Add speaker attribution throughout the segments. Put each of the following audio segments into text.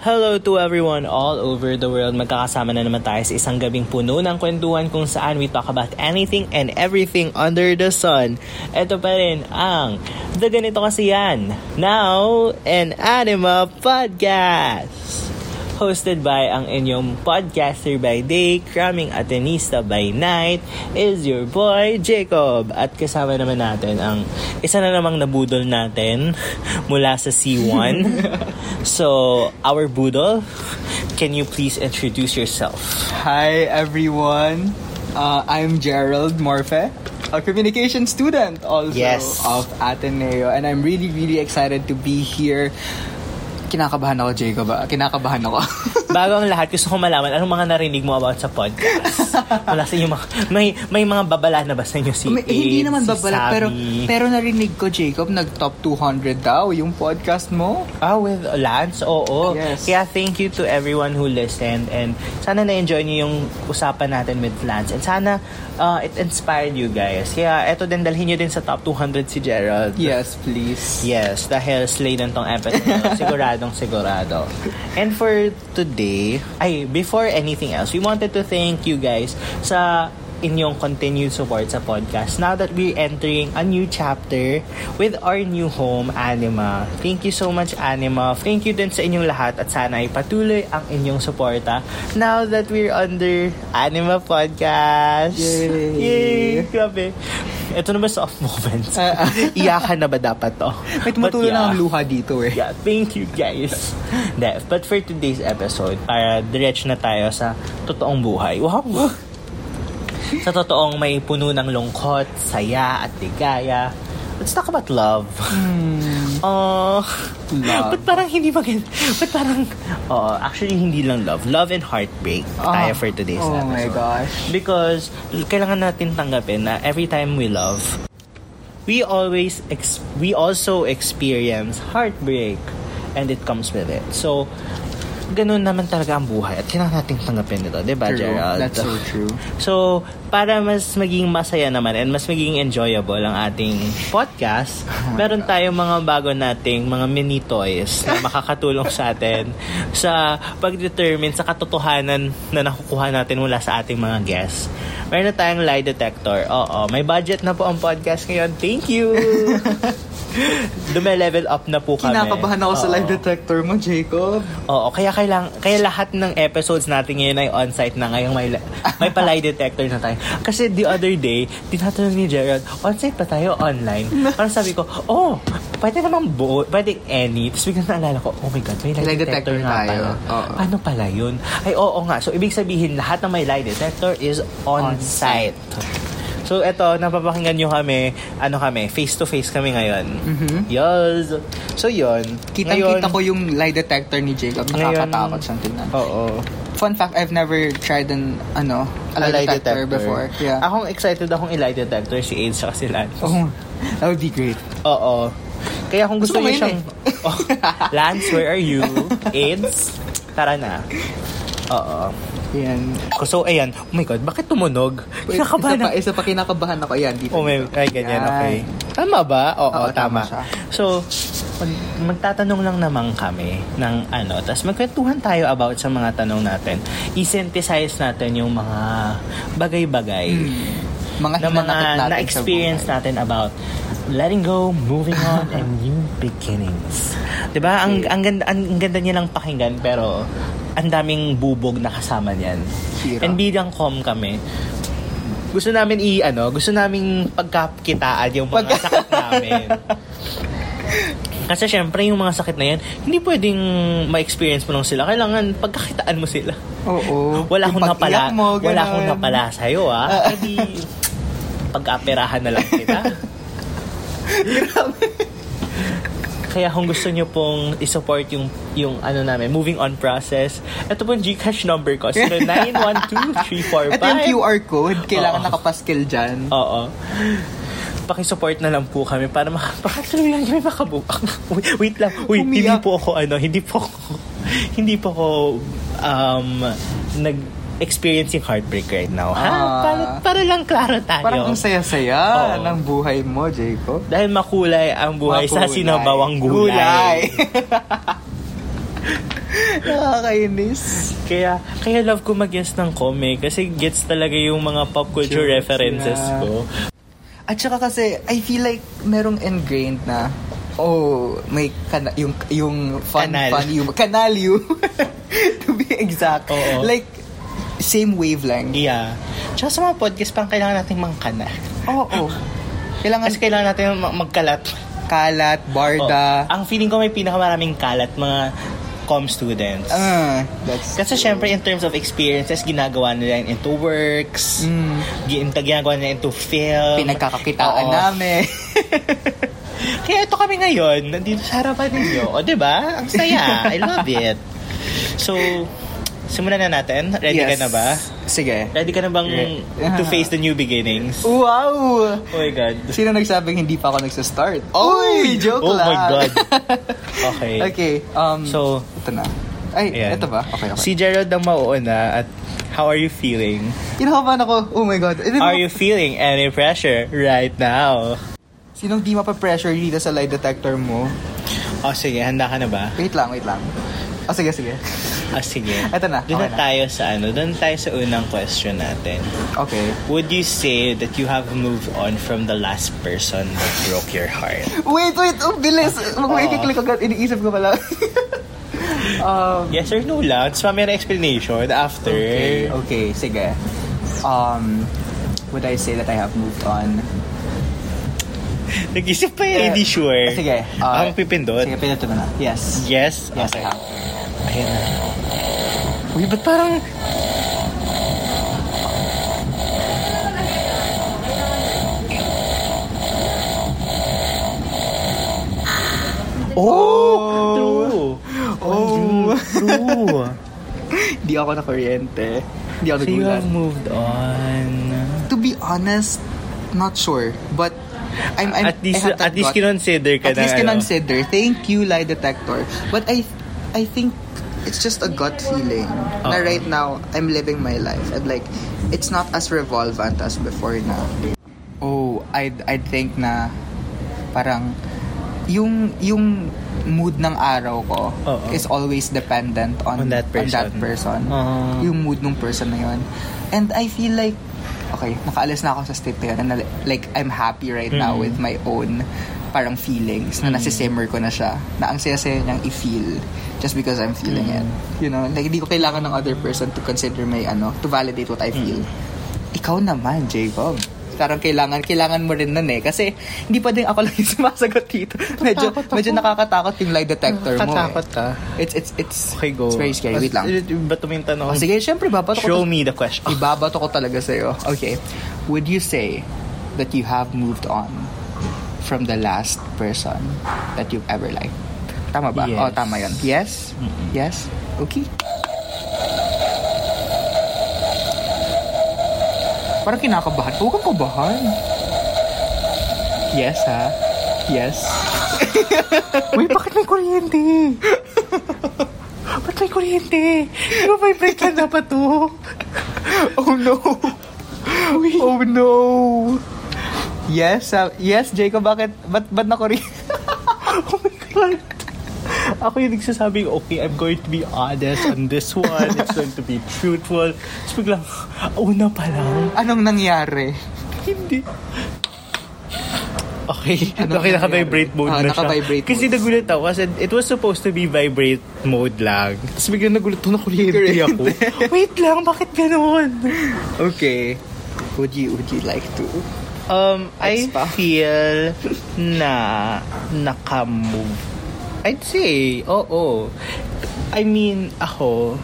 Speaker 1: Hello to everyone all over the world. Magkakasama na naman tayo sa isang gabing puno ng kwentuhan kung saan we talk about anything and everything under the sun. Ito pa rin ang The Ganito Kasi Yan, now an Anima Podcast. Hosted by ang inyong podcaster by day, cramming Atenista by night, is your boy Jacob. At kasama naman natin ang isa na namang nabudol natin mula sa C1. So, our Boodle, can you please introduce yourself?
Speaker 2: Hi everyone, uh, I'm Gerald Morfe, a communication student also
Speaker 1: Yes.
Speaker 2: of Ateneo, and I'm really really excited to be here. Kinakabahan ako, Jacob. ah. Kinakabahan ako.
Speaker 1: Bago ang lahat, gusto ko malaman anong mga narinig mo about sa podcast. Wala sa inyo mga, may, may mga babala na ba sa inyo si
Speaker 2: May- hindi
Speaker 1: Ed,
Speaker 2: naman
Speaker 1: si
Speaker 2: babala,
Speaker 1: Sabi?
Speaker 2: pero pero narinig ko, Jacob, nag-top 200 daw yung podcast mo.
Speaker 1: Ah, with Lance, oo.
Speaker 2: Yes.
Speaker 1: Kaya thank you to everyone who listened and sana na-enjoy niyo yung usapan natin with Lance and sana uh, it inspired you guys. Kaya eto din, dalhin niyo din sa top 200 si Gerald.
Speaker 2: Yes, please.
Speaker 1: Yes, dahil slay na tong episode. na to. Siguradong sigurado. And for today, ay, before anything else, we wanted to thank you guys sa inyong continued support sa podcast now that we're entering a new chapter with our new home, Anima. Thank you so much, Anima. Thank you din sa inyong lahat at sana ay patuloy ang inyong suporta now that we're under Anima Podcast.
Speaker 2: Yay!
Speaker 1: Yay! Grabe. Ito na ba soft moments?
Speaker 2: Ah, ah.
Speaker 1: Iyakan na ba dapat to?
Speaker 2: May
Speaker 1: But
Speaker 2: tumutulo
Speaker 1: yeah.
Speaker 2: na ang luha dito eh.
Speaker 1: Yeah, thank you guys. Def. But for today's episode, para diretso na tayo sa totoong buhay. Wow! sa totoong may puno ng lungkot, saya, at ligaya. Let's talk about love. Oh,
Speaker 2: Love.
Speaker 1: Ba't parang hindi maganda? Ba't parang... Oh, actually, hindi lang love. Love and heartbreak tayo
Speaker 2: Ah,
Speaker 1: for today's
Speaker 2: oh
Speaker 1: episode.
Speaker 2: my gosh.
Speaker 1: Because kailangan natin tanggapin na every time we love, we always ex- we also experience heartbreak and it comes with it. So ganun naman talaga ang buhay at kailangan nating tanggapin ito, 'di ba,
Speaker 2: True.
Speaker 1: Gerald?
Speaker 2: That's so true.
Speaker 1: So, para mas maging masaya naman and mas maging enjoyable ang ating podcast,
Speaker 2: Oh
Speaker 1: meron tayong mga bago nating mga mini toys na makakatulong sa atin sa pag-determine sa katotohanan na nakukuha natin mula sa ating mga guests. Meron na tayong lie detector. Oo, may budget na po ang podcast ngayon. Thank you! Dume-level up na po kami.
Speaker 2: Kinakabahan ako sa
Speaker 1: Oo.
Speaker 2: lie detector mo, Jacob.
Speaker 1: Oo, kaya kailang kaya lahat ng episodes natin ngayon ay on-site na ngayong may la- may palay detector na tayo. Kasi the other day, tinatanong ni Gerald, on-site pa tayo online? Parang sabi ko, oh, pwede namang buo, pwede any. Tapos biglang naalala ko, oh my God, may lie
Speaker 2: Lie
Speaker 1: detector,
Speaker 2: detector
Speaker 1: nga
Speaker 2: tayo.
Speaker 1: pala.
Speaker 2: Oo.
Speaker 1: Paano pala yun? Ay, oo nga. So, ibig sabihin, lahat ng may lie detector is on-site. So, eto, napapakinggan nyo kami, ano kami, face-to-face kami ngayon. Yes. So, yun.
Speaker 2: Mm-hmm. Kitang-kita
Speaker 1: Ngayon-
Speaker 2: ko yung lie detector ni Jacob.
Speaker 1: Ngayon-
Speaker 2: Nakakatakot siyang tingnan.
Speaker 1: Oo.
Speaker 2: Fun fact, I've never tried an, ano, a lie, detector, before. Yeah.
Speaker 1: Akong excited akong i-lie detector si AIDS saka si Lance.
Speaker 2: oh, that would be great.
Speaker 1: Oo. Kaya kung gusto
Speaker 2: Gusto ko
Speaker 1: niyo siyang...
Speaker 2: ngayon eh.
Speaker 1: Oh, Lance, where are you? AIDS? Tara na. Oo.
Speaker 2: Yan.
Speaker 1: So, ayan. Oh my God, bakit tumunog?
Speaker 2: Wait, isa pa,
Speaker 1: Kinakabahan ako.
Speaker 2: isa pa kinakabahan ako. Yan, dito.
Speaker 1: Oh, may,
Speaker 2: dito.
Speaker 1: ay, ganyan,
Speaker 2: Yan.
Speaker 1: okay. Tama ba? Oo,
Speaker 2: Oo,
Speaker 1: tama.
Speaker 2: tama siya.
Speaker 1: So, mag- magtatanong lang naman kami ng ano, tapos magkwentuhan tayo about sa mga tanong natin. I-synthesize natin yung mga bagay-bagay
Speaker 2: Hmm. Mga
Speaker 1: na mga
Speaker 2: hinanakit natin
Speaker 1: na-experience
Speaker 2: sa buhay.
Speaker 1: natin about letting go, moving on, and new beginnings. 'Di ba? Ang, ang, ganda, ang, ang ganda niya lang pakinggan, pero ang daming bubog na kasama niyan.
Speaker 2: Hira.
Speaker 1: And bilang com kami, gusto namin i ano, gusto namin pagkakitaan yung mga sakit namin. Kasi syempre yung mga sakit na yan, hindi pwedeng ma-experience mo lang sila. Kailangan pagkakitaan mo sila.
Speaker 2: Oo.
Speaker 1: Wala
Speaker 2: Yung
Speaker 1: akong napala,
Speaker 2: pag-iyak mo,
Speaker 1: wala akong
Speaker 2: ganun.
Speaker 1: napala sa'yo, ah. Hindi, pag-aperahan na lang kita. Kaya kung gusto nyo pong isupport yung, yung ano namin, moving on process, ito po yung Gcash number ko. So, 912345.
Speaker 2: Ito yung QR code. Kailangan
Speaker 1: Oo.
Speaker 2: nakapaskil dyan.
Speaker 1: Oo. Pakisupport na lang po kami para makakatuloy lang kami makabuka. Wait, wait lang. Wait, hindi
Speaker 2: Umiyak.
Speaker 1: po ako ano, hindi po ako, hindi po ako um, nag experiencing heartbreak right now. Ha?
Speaker 2: Ah.
Speaker 1: para, para lang klaro tayo.
Speaker 2: Parang ang saya-saya
Speaker 1: Oo.
Speaker 2: ng buhay mo, Jacob.
Speaker 1: Dahil makulay ang buhay sa
Speaker 2: Makulay.
Speaker 1: sinabawang gulay.
Speaker 2: Gulay. Nakakainis.
Speaker 1: Kaya, kaya love ko mag-guess ng comic kasi gets talaga yung mga pop culture
Speaker 2: Sure,
Speaker 1: references
Speaker 2: yeah.
Speaker 1: ko.
Speaker 2: At saka kasi, I feel like merong ingrained na, oh, may kana- yung, yung fun,
Speaker 1: Kanal.
Speaker 2: fun, yung kanal you. to be exact.
Speaker 1: Oo.
Speaker 2: Like, same wavelength.
Speaker 1: Yeah. Tsaka sa mga podcast, pang kailangan natin mangkana.
Speaker 2: Oo.
Speaker 1: Kailangan, kasi kailangan natin mag- magkalat.
Speaker 2: Kalat,
Speaker 1: Oh,
Speaker 2: barda.
Speaker 1: ang feeling ko may pinakamaraming kalat mga com students.
Speaker 2: Ah, that's
Speaker 1: Kasi syempre in terms of experiences, ginagawa nila yun into works,
Speaker 2: Mm.
Speaker 1: gin- ginagawa nila into film.
Speaker 2: pinagkakakitaan
Speaker 1: Um, Oo.
Speaker 2: namin.
Speaker 1: Kaya ito kami ngayon, nandito sa harapan ninyo. O, di ba? Ang saya. I love it. So, simulan na natin. Ready ka
Speaker 2: Yes.
Speaker 1: na ba?
Speaker 2: Sige.
Speaker 1: Ready ka na bang
Speaker 2: Re-
Speaker 1: to face the new beginnings? Oh
Speaker 2: Wow!
Speaker 1: my God.
Speaker 2: Sino nagsabing hindi pa ako nagsastart? Uy! Joke
Speaker 1: Oh
Speaker 2: lang.
Speaker 1: my God. Okay.
Speaker 2: okay, um,
Speaker 1: So,
Speaker 2: ito na. Ay,
Speaker 1: ayan.
Speaker 2: ito ba? Okay, okay.
Speaker 1: Si Gerald ang mauuna at how are you feeling?
Speaker 2: Kinakabahan ako. Oh my God. Eh, di
Speaker 1: Are
Speaker 2: ba-
Speaker 1: you feeling any pressure right now?
Speaker 2: Sinong di mapapressure dito sa lie detector mo?
Speaker 1: O sige, handa ka na ba?
Speaker 2: Wait lang, wait lang. Oh, sige, sige.
Speaker 1: Ah, sige.
Speaker 2: Eto na,
Speaker 1: Doon na
Speaker 2: okay na.
Speaker 1: tayo sa ano, doon tayo sa unang question natin.
Speaker 2: Okay.
Speaker 1: Would you say that you have moved on from the last person that broke your heart?
Speaker 2: Wait, wait! Oh, bilis! Huwag
Speaker 1: Oo.
Speaker 2: mo i-click agad. Iniisip ko pala. um,
Speaker 1: Yes or no lang? Tapos mamaya na explanation after.
Speaker 2: okay, okay, sige. Um, would I say that I have moved on?
Speaker 1: Nag-isip pa yan,
Speaker 2: Eh,
Speaker 1: hindi sure.
Speaker 2: Sige.
Speaker 1: Ako
Speaker 2: ah,
Speaker 1: magpipindot.
Speaker 2: Sige, pindutin mo na. Yes.
Speaker 1: Yes?
Speaker 2: Yes, I have.
Speaker 1: Ayun na. Uy, ba't parang... Oh! True!
Speaker 2: Oh!
Speaker 1: True!
Speaker 2: Hindi ako na kuryente. Hindi ako
Speaker 1: so you
Speaker 2: nagulat.
Speaker 1: have moved on.
Speaker 2: To be honest, not sure. But, I'm, I'm,
Speaker 1: at least,
Speaker 2: I have
Speaker 1: at
Speaker 2: that
Speaker 1: least
Speaker 2: gut.
Speaker 1: kinonsider ka
Speaker 2: At least
Speaker 1: ng ano.
Speaker 2: kinonsider. Thank you, lie detector. But I, I think it's just a gut feeling. Na
Speaker 1: Oo.
Speaker 2: right now, I'm living my life. And like, it's not as revolvant as before na. Oh, I I think na parang yung yung mood ng araw ko
Speaker 1: Oo.
Speaker 2: is always dependent on,
Speaker 1: On that person. Uh-huh.
Speaker 2: person.
Speaker 1: Oo.
Speaker 2: Yung mood ng person na yun. And I feel like okay, nakaalis na ako sa state na yun. And na- like I'm happy right now
Speaker 1: Mm.
Speaker 2: with my own parang feelings
Speaker 1: Mm-hmm.
Speaker 2: na nasisimmer ko na siya. Na ang saya-saya niyang i-feel just because I'm feeling it.
Speaker 1: Mm-hmm.
Speaker 2: You know, like hindi ko kailangan ng other person to consider my ano, to validate what
Speaker 1: Mm-hmm.
Speaker 2: I feel. Ikaw naman, Jacob. Parang kailangan, kailangan mo rin nun eh. Kasi hindi pwedeng ako lang yung sumasagot dito. Medyo,
Speaker 1: Natatakot ako.
Speaker 2: medyo nakakatakot yung lie detector mo
Speaker 1: Katakot
Speaker 2: eh.
Speaker 1: ka.
Speaker 2: It's, it's, it's,
Speaker 1: ah. Okay, go.
Speaker 2: it's very scary. Wait lang.
Speaker 1: Ba't tumintan
Speaker 2: Oh,
Speaker 1: ako?
Speaker 2: sige, syempre, babato ko
Speaker 1: Show me the question.
Speaker 2: Ibabato ko talaga sa'yo. Okay. Would you say that you have moved on from the last person that you've ever liked? Tama ba?
Speaker 1: Yes.
Speaker 2: Oh, tama yun. Yes? Yes? Okay. Parang kinakabahan. Huwag kang kabahan. Yes, ha? Yes.
Speaker 1: Uy, bakit may kuryente? Ba't may kuryente? Di ba vibrate lang dapat to?
Speaker 2: Oh, no. Oh, no. Yes, ha? Yes, Jacob, bakit? Ba't, ba't na
Speaker 1: Oh my God. Ako yung nagsasabing, okay, I'm going to be honest on this one. It's going to be truthful. Tapos biglang, una pa lang.
Speaker 2: Anong nangyari?
Speaker 1: Hindi. Okay,
Speaker 2: Ano
Speaker 1: okay,
Speaker 2: nangyari?
Speaker 1: naka-vibrate mode
Speaker 2: Ah,
Speaker 1: na siya.
Speaker 2: naka-vibrate
Speaker 1: Kasi
Speaker 2: mode.
Speaker 1: nagulat ako. Kasi it was supposed to be vibrate mode lang. Tapos biglang nagulat ako na kuryente
Speaker 2: Kuryente.
Speaker 1: ako. Wait lang, bakit ganun?
Speaker 2: Okay. Would you would you like to?
Speaker 1: Um, I
Speaker 2: Ex pa.
Speaker 1: feel na nakamove. I'd say, oo. I mean, ako,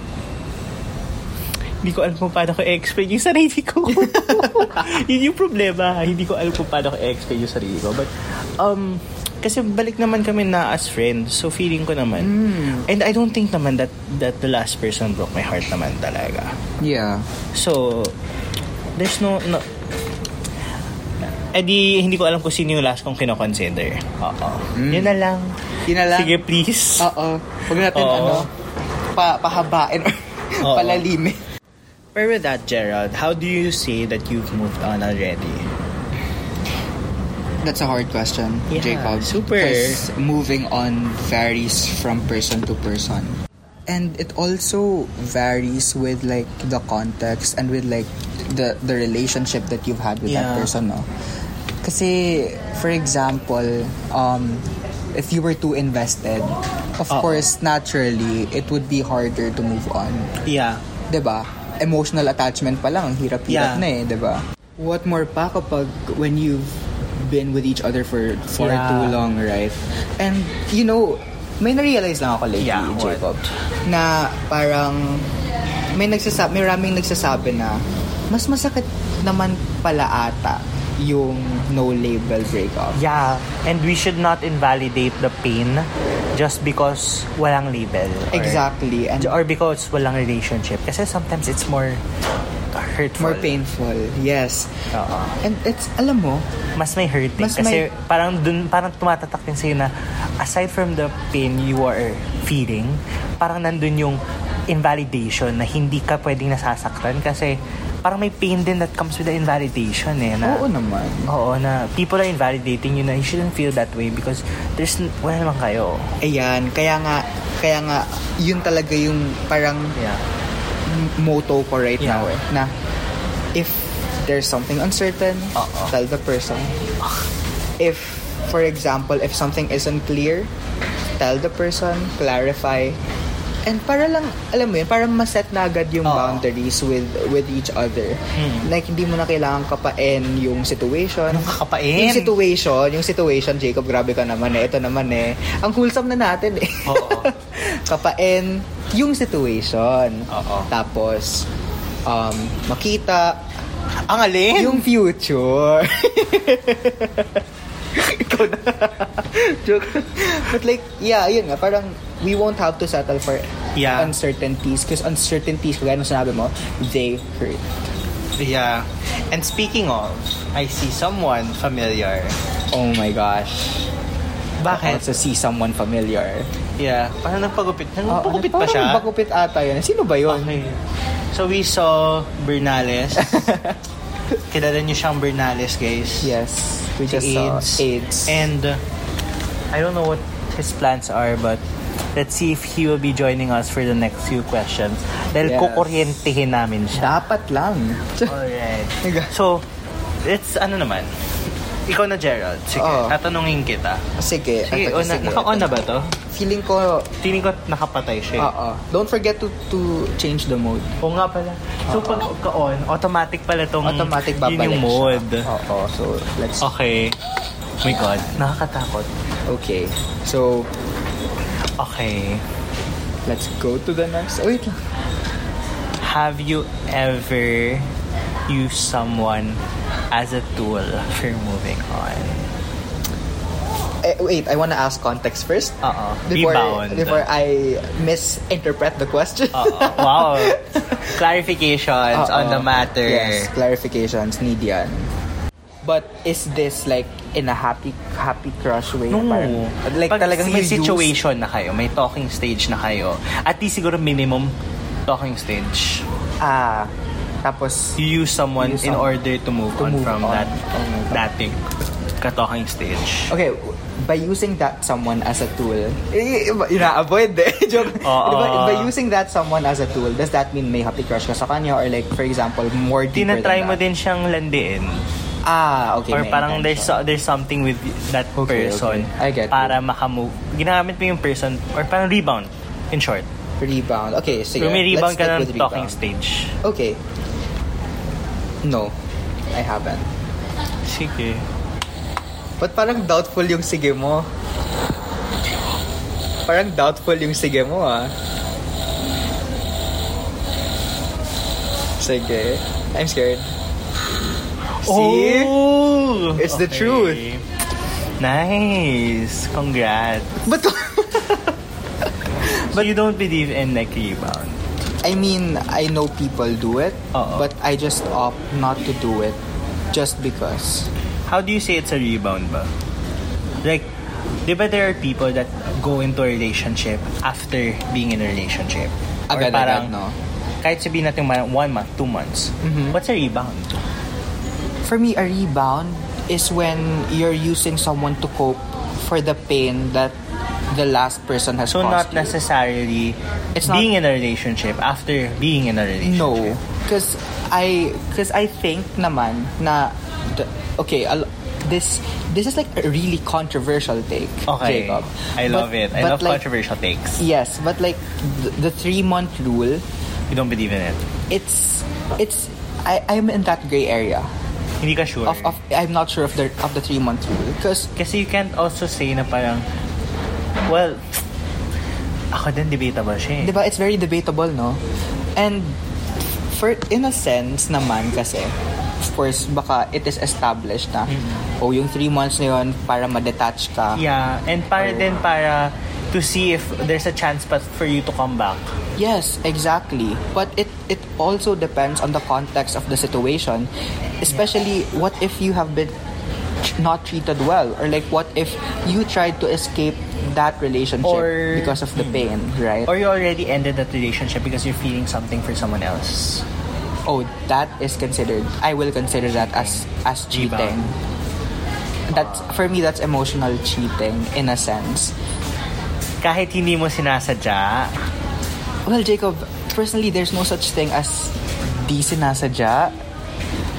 Speaker 1: hindi ko alam kung paano ko explain yung sarili ko. Yun yung problema. Hindi ko alam kung paano ko explain yung sarili ko. But, um, kasi balik naman kami na as friends. So, feeling ko naman. And I don't think naman that, that the last person broke my heart naman talaga.
Speaker 2: Yeah.
Speaker 1: So, there's no... no eh di, hindi ko alam kung sino yung last kong kinoconsider. Oo. Yun na lang.
Speaker 2: Yun na lang.
Speaker 1: Sige, please.
Speaker 2: Oo. Huwag natin
Speaker 1: Oo.
Speaker 2: ano pa pahabain or
Speaker 1: Oo.
Speaker 2: palalimin.
Speaker 1: Where with that, Gerald, how do you say that you've moved on already?
Speaker 2: That's a hard question,
Speaker 1: Yeah,
Speaker 2: Jacob.
Speaker 1: super.
Speaker 2: 'Cause moving on varies from person to person. and it also varies with like the context and with like the the relationship that you've had with that
Speaker 1: Yeah.
Speaker 2: person no kasi for example um if you were too invested of
Speaker 1: Oo.
Speaker 2: course naturally it would be harder to move on
Speaker 1: Yeah.
Speaker 2: 'di ba Diba? emotional attachment pa lang ang
Speaker 1: Yeah.
Speaker 2: hirap-hirap na eh 'di ba what more pa kapag when you've been with each other for for
Speaker 1: Yeah.
Speaker 2: too long right and you know may na-realize lang ako lately
Speaker 1: Yeah, what?
Speaker 2: Jacob na parang may nagsasabi, may raming nagsasabi na mas masakit naman pala ata yung no label breakup.
Speaker 1: Yeah. And we should not invalidate the pain just because walang label. or-
Speaker 2: Exactly. And
Speaker 1: Or because walang relationship. Kasi sometimes it's more hurtful.
Speaker 2: more painful. Yes.
Speaker 1: Oo.
Speaker 2: And it's, alam mo,
Speaker 1: Mas may hurting.
Speaker 2: Mas
Speaker 1: kasi
Speaker 2: may-
Speaker 1: parang dun, parang tumatatak din sa'yo na aside from the pain you are feeling, parang nandun yung invalidation na hindi ka pwedeng nasasaktan kasi parang may pain din that comes with the invalidation eh. Na,
Speaker 2: oo naman.
Speaker 1: Oo, na people are invalidating you na you shouldn't feel that way because there's, n- wala naman kayo.
Speaker 2: Ayan, kaya nga, kaya nga, yun talaga yung parang
Speaker 1: Yeah.
Speaker 2: m- motto ko right
Speaker 1: Yeah.
Speaker 2: now eh. Na, if there's something uncertain,
Speaker 1: Oo.
Speaker 2: tell the person. If, for example, if something isn't clear, tell the person, clarify. And para lang, alam mo yun, para maset na agad yung
Speaker 1: Oo.
Speaker 2: boundaries with with each other. Like, hindi mo na kailangan kapain yung
Speaker 1: Hmm.
Speaker 2: situation.
Speaker 1: Anong kakapain?
Speaker 2: Yung situation, yung situation, Jacob, grabe ka naman eh. Ito naman eh. Ang wholesome na natin eh.
Speaker 1: Oo.
Speaker 2: kapain yung situation.
Speaker 1: Oo.
Speaker 2: Tapos, um, makita
Speaker 1: Ang alin?
Speaker 2: yung future. Ikaw na. Joke. But like, yeah, yun nga. Parang, we won't have to settle for
Speaker 1: Yeah.
Speaker 2: uncertainties. Because uncertainties, kagaya nung sinabi mo, they hurt.
Speaker 1: Yeah. And speaking of, I see someone familiar.
Speaker 2: Oh my gosh. I
Speaker 1: Bakit?
Speaker 2: also see someone familiar.
Speaker 1: Yeah. Parang nagpagupit.
Speaker 2: Oo,
Speaker 1: Nagpagupit pa
Speaker 2: parang
Speaker 1: siya.
Speaker 2: Nagpagupit ata yun. Sino ba yun?
Speaker 1: Okay. So we saw Bernales. Kilala niyo siyang Bernales, guys.
Speaker 2: Yes. We
Speaker 1: The
Speaker 2: just saw AIDS.
Speaker 1: And uh, I don't know what his plans are, but let's see if he will be joining us for the next few questions. Dahil
Speaker 2: Yes.
Speaker 1: kukuryentehin namin siya.
Speaker 2: Dapat lang.
Speaker 1: Alright.
Speaker 2: Nag-
Speaker 1: So, it's ano naman. Ikaw na, Gerald. Sige,
Speaker 2: Oo.
Speaker 1: tatanungin kita.
Speaker 2: Sige.
Speaker 1: Sige,
Speaker 2: eto,
Speaker 1: una,
Speaker 2: sige,
Speaker 1: naka-on
Speaker 2: eto.
Speaker 1: na ba to?
Speaker 2: Feeling ko,
Speaker 1: Tingin ko nakapatay siya. eh.
Speaker 2: oo. Don't forget to to change the mode.
Speaker 1: Oo nga pala. So, pag ka-on, automatic pala
Speaker 2: Mm,
Speaker 1: tong
Speaker 2: Automatic
Speaker 1: yun
Speaker 2: babalik
Speaker 1: yung mode.
Speaker 2: siya. Oo. So, let's...
Speaker 1: Okay. Oh my God. Nakakatakot.
Speaker 2: Okay. So,
Speaker 1: Okay.
Speaker 2: let's go to the next... Wait lang.
Speaker 1: Have you ever used someone as a tool for moving on?
Speaker 2: Eh, wait, I wanna ask context first.
Speaker 1: Oo.
Speaker 2: Before,
Speaker 1: Rebound.
Speaker 2: before I misinterpret the question.
Speaker 1: Oo. Wow. Clarifications on
Speaker 2: Oo.
Speaker 1: the matter.
Speaker 2: Yes, clarifications need yan. But is this like in a happy happy crush way?
Speaker 1: No.
Speaker 2: Parang, like
Speaker 1: Pag
Speaker 2: talagang
Speaker 1: may
Speaker 2: you use-
Speaker 1: situation na kayo, may talking stage na kayo, at least siguro minimum talking stage.
Speaker 2: Ah, tapos
Speaker 1: You use someone
Speaker 2: Use
Speaker 1: in
Speaker 2: some-
Speaker 1: order to move
Speaker 2: to
Speaker 1: on
Speaker 2: move
Speaker 1: from
Speaker 2: on.
Speaker 1: that
Speaker 2: Oh my God.
Speaker 1: dating ka-talking stage.
Speaker 2: Okay, by using that someone as a tool, eh, ina-avoid eh. Joke.
Speaker 1: Oo.
Speaker 2: Diba, by using that someone as a tool, does that mean may happy crush ka sa kanya? Or like, for example, more deeper
Speaker 1: Tinatry
Speaker 2: than
Speaker 1: mo
Speaker 2: that?
Speaker 1: din siyang landiin.
Speaker 2: Ah, okay.
Speaker 1: Or
Speaker 2: may
Speaker 1: parang there's
Speaker 2: intention.
Speaker 1: so- there's something with that
Speaker 2: Okay,
Speaker 1: person
Speaker 2: okay. I get
Speaker 1: para makamove. Ginagamit mo yung person or parang rebound in short.
Speaker 2: Rebound. Okay, sige.
Speaker 1: Kung may
Speaker 2: let's
Speaker 1: rebound ka
Speaker 2: stick
Speaker 1: ng
Speaker 2: with
Speaker 1: talking
Speaker 2: rebound.
Speaker 1: stage.
Speaker 2: Okay. No, I haven't.
Speaker 1: Sige.
Speaker 2: But parang doubtful yung sige mo. Parang doubtful yung sige mo ah. Sige. I'm scared. See?
Speaker 1: Oh!
Speaker 2: It's the truth.
Speaker 1: Nice. Congrats.
Speaker 2: But
Speaker 1: But you don't believe in like rebound.
Speaker 2: I mean, I know people do it,
Speaker 1: Oo.
Speaker 2: but I just opt not to do it just because.
Speaker 1: How do you say it's a rebound ba? Like, di ba there are people that go into a relationship after being in a relationship? Or
Speaker 2: Agad-agad,
Speaker 1: parang,
Speaker 2: no? Mm-hmm.
Speaker 1: Kahit sabihin natin parang one month, two months. What's a rebound?
Speaker 2: For me, a rebound is when you're using someone to cope for the pain that the last person has
Speaker 1: So
Speaker 2: caused
Speaker 1: not
Speaker 2: you.
Speaker 1: necessarily
Speaker 2: It's
Speaker 1: being in a relationship after being in a relationship.
Speaker 2: No, because I because I think naman na the- okay al- this this is like a really controversial take,
Speaker 1: Okay.
Speaker 2: Jacob.
Speaker 1: I love
Speaker 2: But-
Speaker 1: it. I love
Speaker 2: but like,
Speaker 1: controversial takes.
Speaker 2: Yes, but like the, the three month rule,
Speaker 1: You don't believe in it.
Speaker 2: it's it's I I'm in that gray area
Speaker 1: Hindi ka sure.
Speaker 2: of, of I'm not sure of the of the three month rule because
Speaker 1: Kasi you can't also say na parang, well, ako din debatable siya eh.
Speaker 2: Di ba, it's very debatable, no? And for in a sense naman kasi, of course, baka it is established na, o oh, yung three months na yun, para ma-detach ka.
Speaker 1: Mm-hmm. Yeah, and para
Speaker 2: Or-
Speaker 1: din para to see if there's a chance pa for you to come back.
Speaker 2: Yes, exactly. But it it also depends on the context of the situation. Especially, what if you have been tr- not treated well? Or like, what if you tried to escape that relationship
Speaker 1: Or- Hmm.
Speaker 2: because of the pain, right?
Speaker 1: Or you already ended that relationship because you're feeling something for someone else.
Speaker 2: oh that is considered i will consider that as as
Speaker 1: Di ba?
Speaker 2: cheating that's for me that's emotional cheating in a sense
Speaker 1: Kahit hindi mo sinasadya,
Speaker 2: well jacob personally there's no such thing as di sinasadya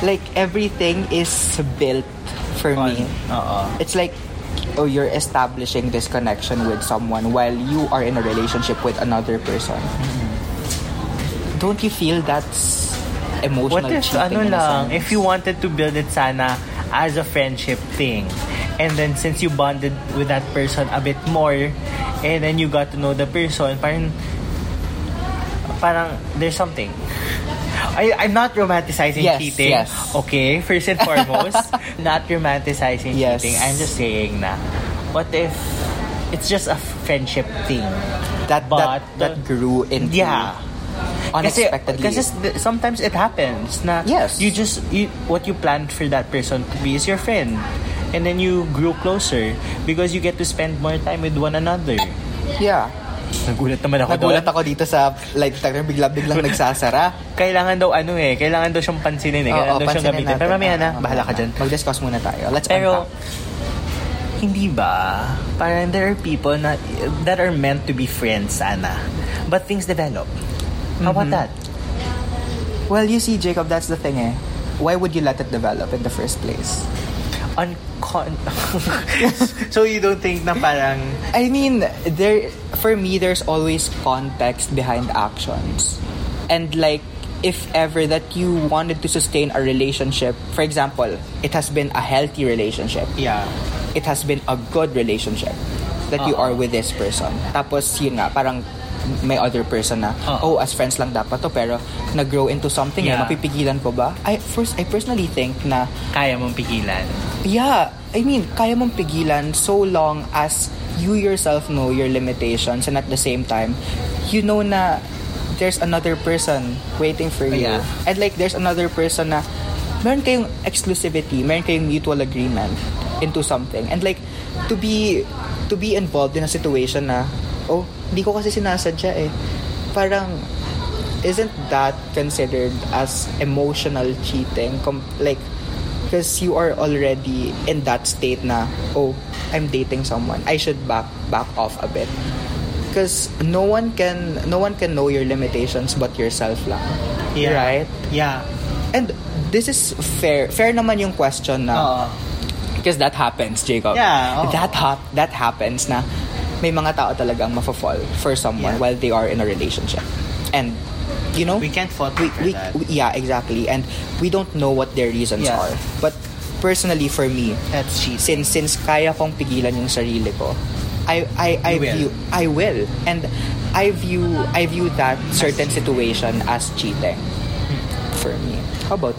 Speaker 2: like everything is built for me
Speaker 1: oo.
Speaker 2: it's like oh you're establishing this connection with someone while you are in a relationship with another person don't you feel that's emotional
Speaker 1: Mm-hmm. What if,
Speaker 2: cheating
Speaker 1: ano
Speaker 2: in a
Speaker 1: lang,
Speaker 2: sense?
Speaker 1: if you wanted to build it sana as a friendship thing, and then since you bonded with that person a bit more, and then you got to know the person, parang, parang there's something. I, I'm not romanticizing
Speaker 2: Yes,
Speaker 1: cheating.
Speaker 2: yes.
Speaker 1: Okay, first and foremost, not romanticizing
Speaker 2: Yes.
Speaker 1: cheating. I'm just saying na, what if it's just a friendship thing?
Speaker 2: that
Speaker 1: But-
Speaker 2: that, that grew into
Speaker 1: Yeah.
Speaker 2: unexpectedly.
Speaker 1: Kasi, kasi th- sometimes it happens na
Speaker 2: Yes.
Speaker 1: you just, you, what you planned for that person to be is your friend. And then you grew closer because you get to spend more time with one another.
Speaker 2: yeah.
Speaker 1: Nagulat naman ako
Speaker 2: Nagulat
Speaker 1: doon.
Speaker 2: ako dito sa light tag bigla-biglang nagsasara.
Speaker 1: Kailangan daw ano eh, kailangan daw siyang pansinin eh, kailangan
Speaker 2: Oo,
Speaker 1: daw siyang
Speaker 2: pansinin
Speaker 1: gamitin.
Speaker 2: natin. Ah,
Speaker 1: Pero mamaya na,
Speaker 2: Oo,
Speaker 1: bahala ka
Speaker 2: mamaya
Speaker 1: dyan.
Speaker 2: na. Mag-discuss muna tayo. Let's
Speaker 1: Pero,
Speaker 2: unpack.
Speaker 1: hindi ba? Parang there are people na, that are meant to be friends sana. But things develop. How about
Speaker 2: Mm-hmm.
Speaker 1: that?
Speaker 2: Well, you see, Jacob, that's the thing eh. Why would you let it develop in the first place?
Speaker 1: Uncon... so you don't think na parang...
Speaker 2: I mean, there for me there's always context behind actions. And like if ever that you wanted to sustain a relationship, for example, it has been a healthy relationship.
Speaker 1: Yeah.
Speaker 2: it has been a good relationship that you
Speaker 1: Oo.
Speaker 2: are with this person. Tapos yun nga, parang may other person na,
Speaker 1: Oo.
Speaker 2: oh, as friends lang dapat to, pero nag-grow into something, eh,
Speaker 1: Ah. Yeah.
Speaker 2: mapipigilan ko ba? I, first, I personally think na,
Speaker 1: Kaya mong pigilan.
Speaker 2: yeah, I mean, kaya mong pigilan so long as you yourself know your limitations and at the same time, you know na there's another person waiting for you.
Speaker 1: Yeah.
Speaker 2: And like, there's another person na meron kayong exclusivity, meron kayong mutual agreement into something. And like, to be to be involved in a situation na, oh, di ko kasi sinasadya eh. Parang, isn't that considered as emotional cheating? Com- like, because you are already in that state na, oh, I'm dating someone. I should back back off a bit. Because no one can no one can know your limitations but yourself lang. Right?
Speaker 1: Yeah.
Speaker 2: And this is fair. Fair naman yung question na
Speaker 1: Oo.
Speaker 2: because that happens, Jacob.
Speaker 1: Oh. Yeah, oh. oo.
Speaker 2: That hap that happens na may mga tao talagang mafo-fall for someone
Speaker 1: Yeah.
Speaker 2: while they are in a relationship. And you know,
Speaker 1: we can't fault
Speaker 2: we,
Speaker 1: for
Speaker 2: we,
Speaker 1: that.
Speaker 2: we yeah, exactly. And we don't know what their reasons
Speaker 1: Yeah.
Speaker 2: are. But personally for me,
Speaker 1: That's cheating.
Speaker 2: since since kaya kong pigilan yung sarili ko, I I I
Speaker 1: You will.
Speaker 2: view I will and I view I view that certain situation as cheating for me. How about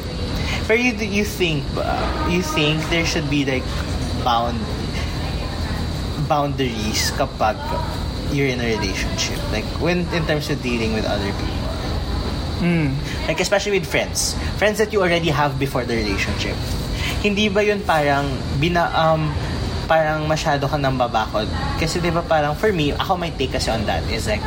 Speaker 1: Pero you, you think ba? You think there should be like bound boundaries kapag you're in a relationship? Like when in terms of dealing with other people? Like especially with friends. Friends that you already have before the relationship. Hindi ba yun parang bina um, parang masyado ka nang babakod? Kasi di ba parang for me, ako my take kasi on that is like,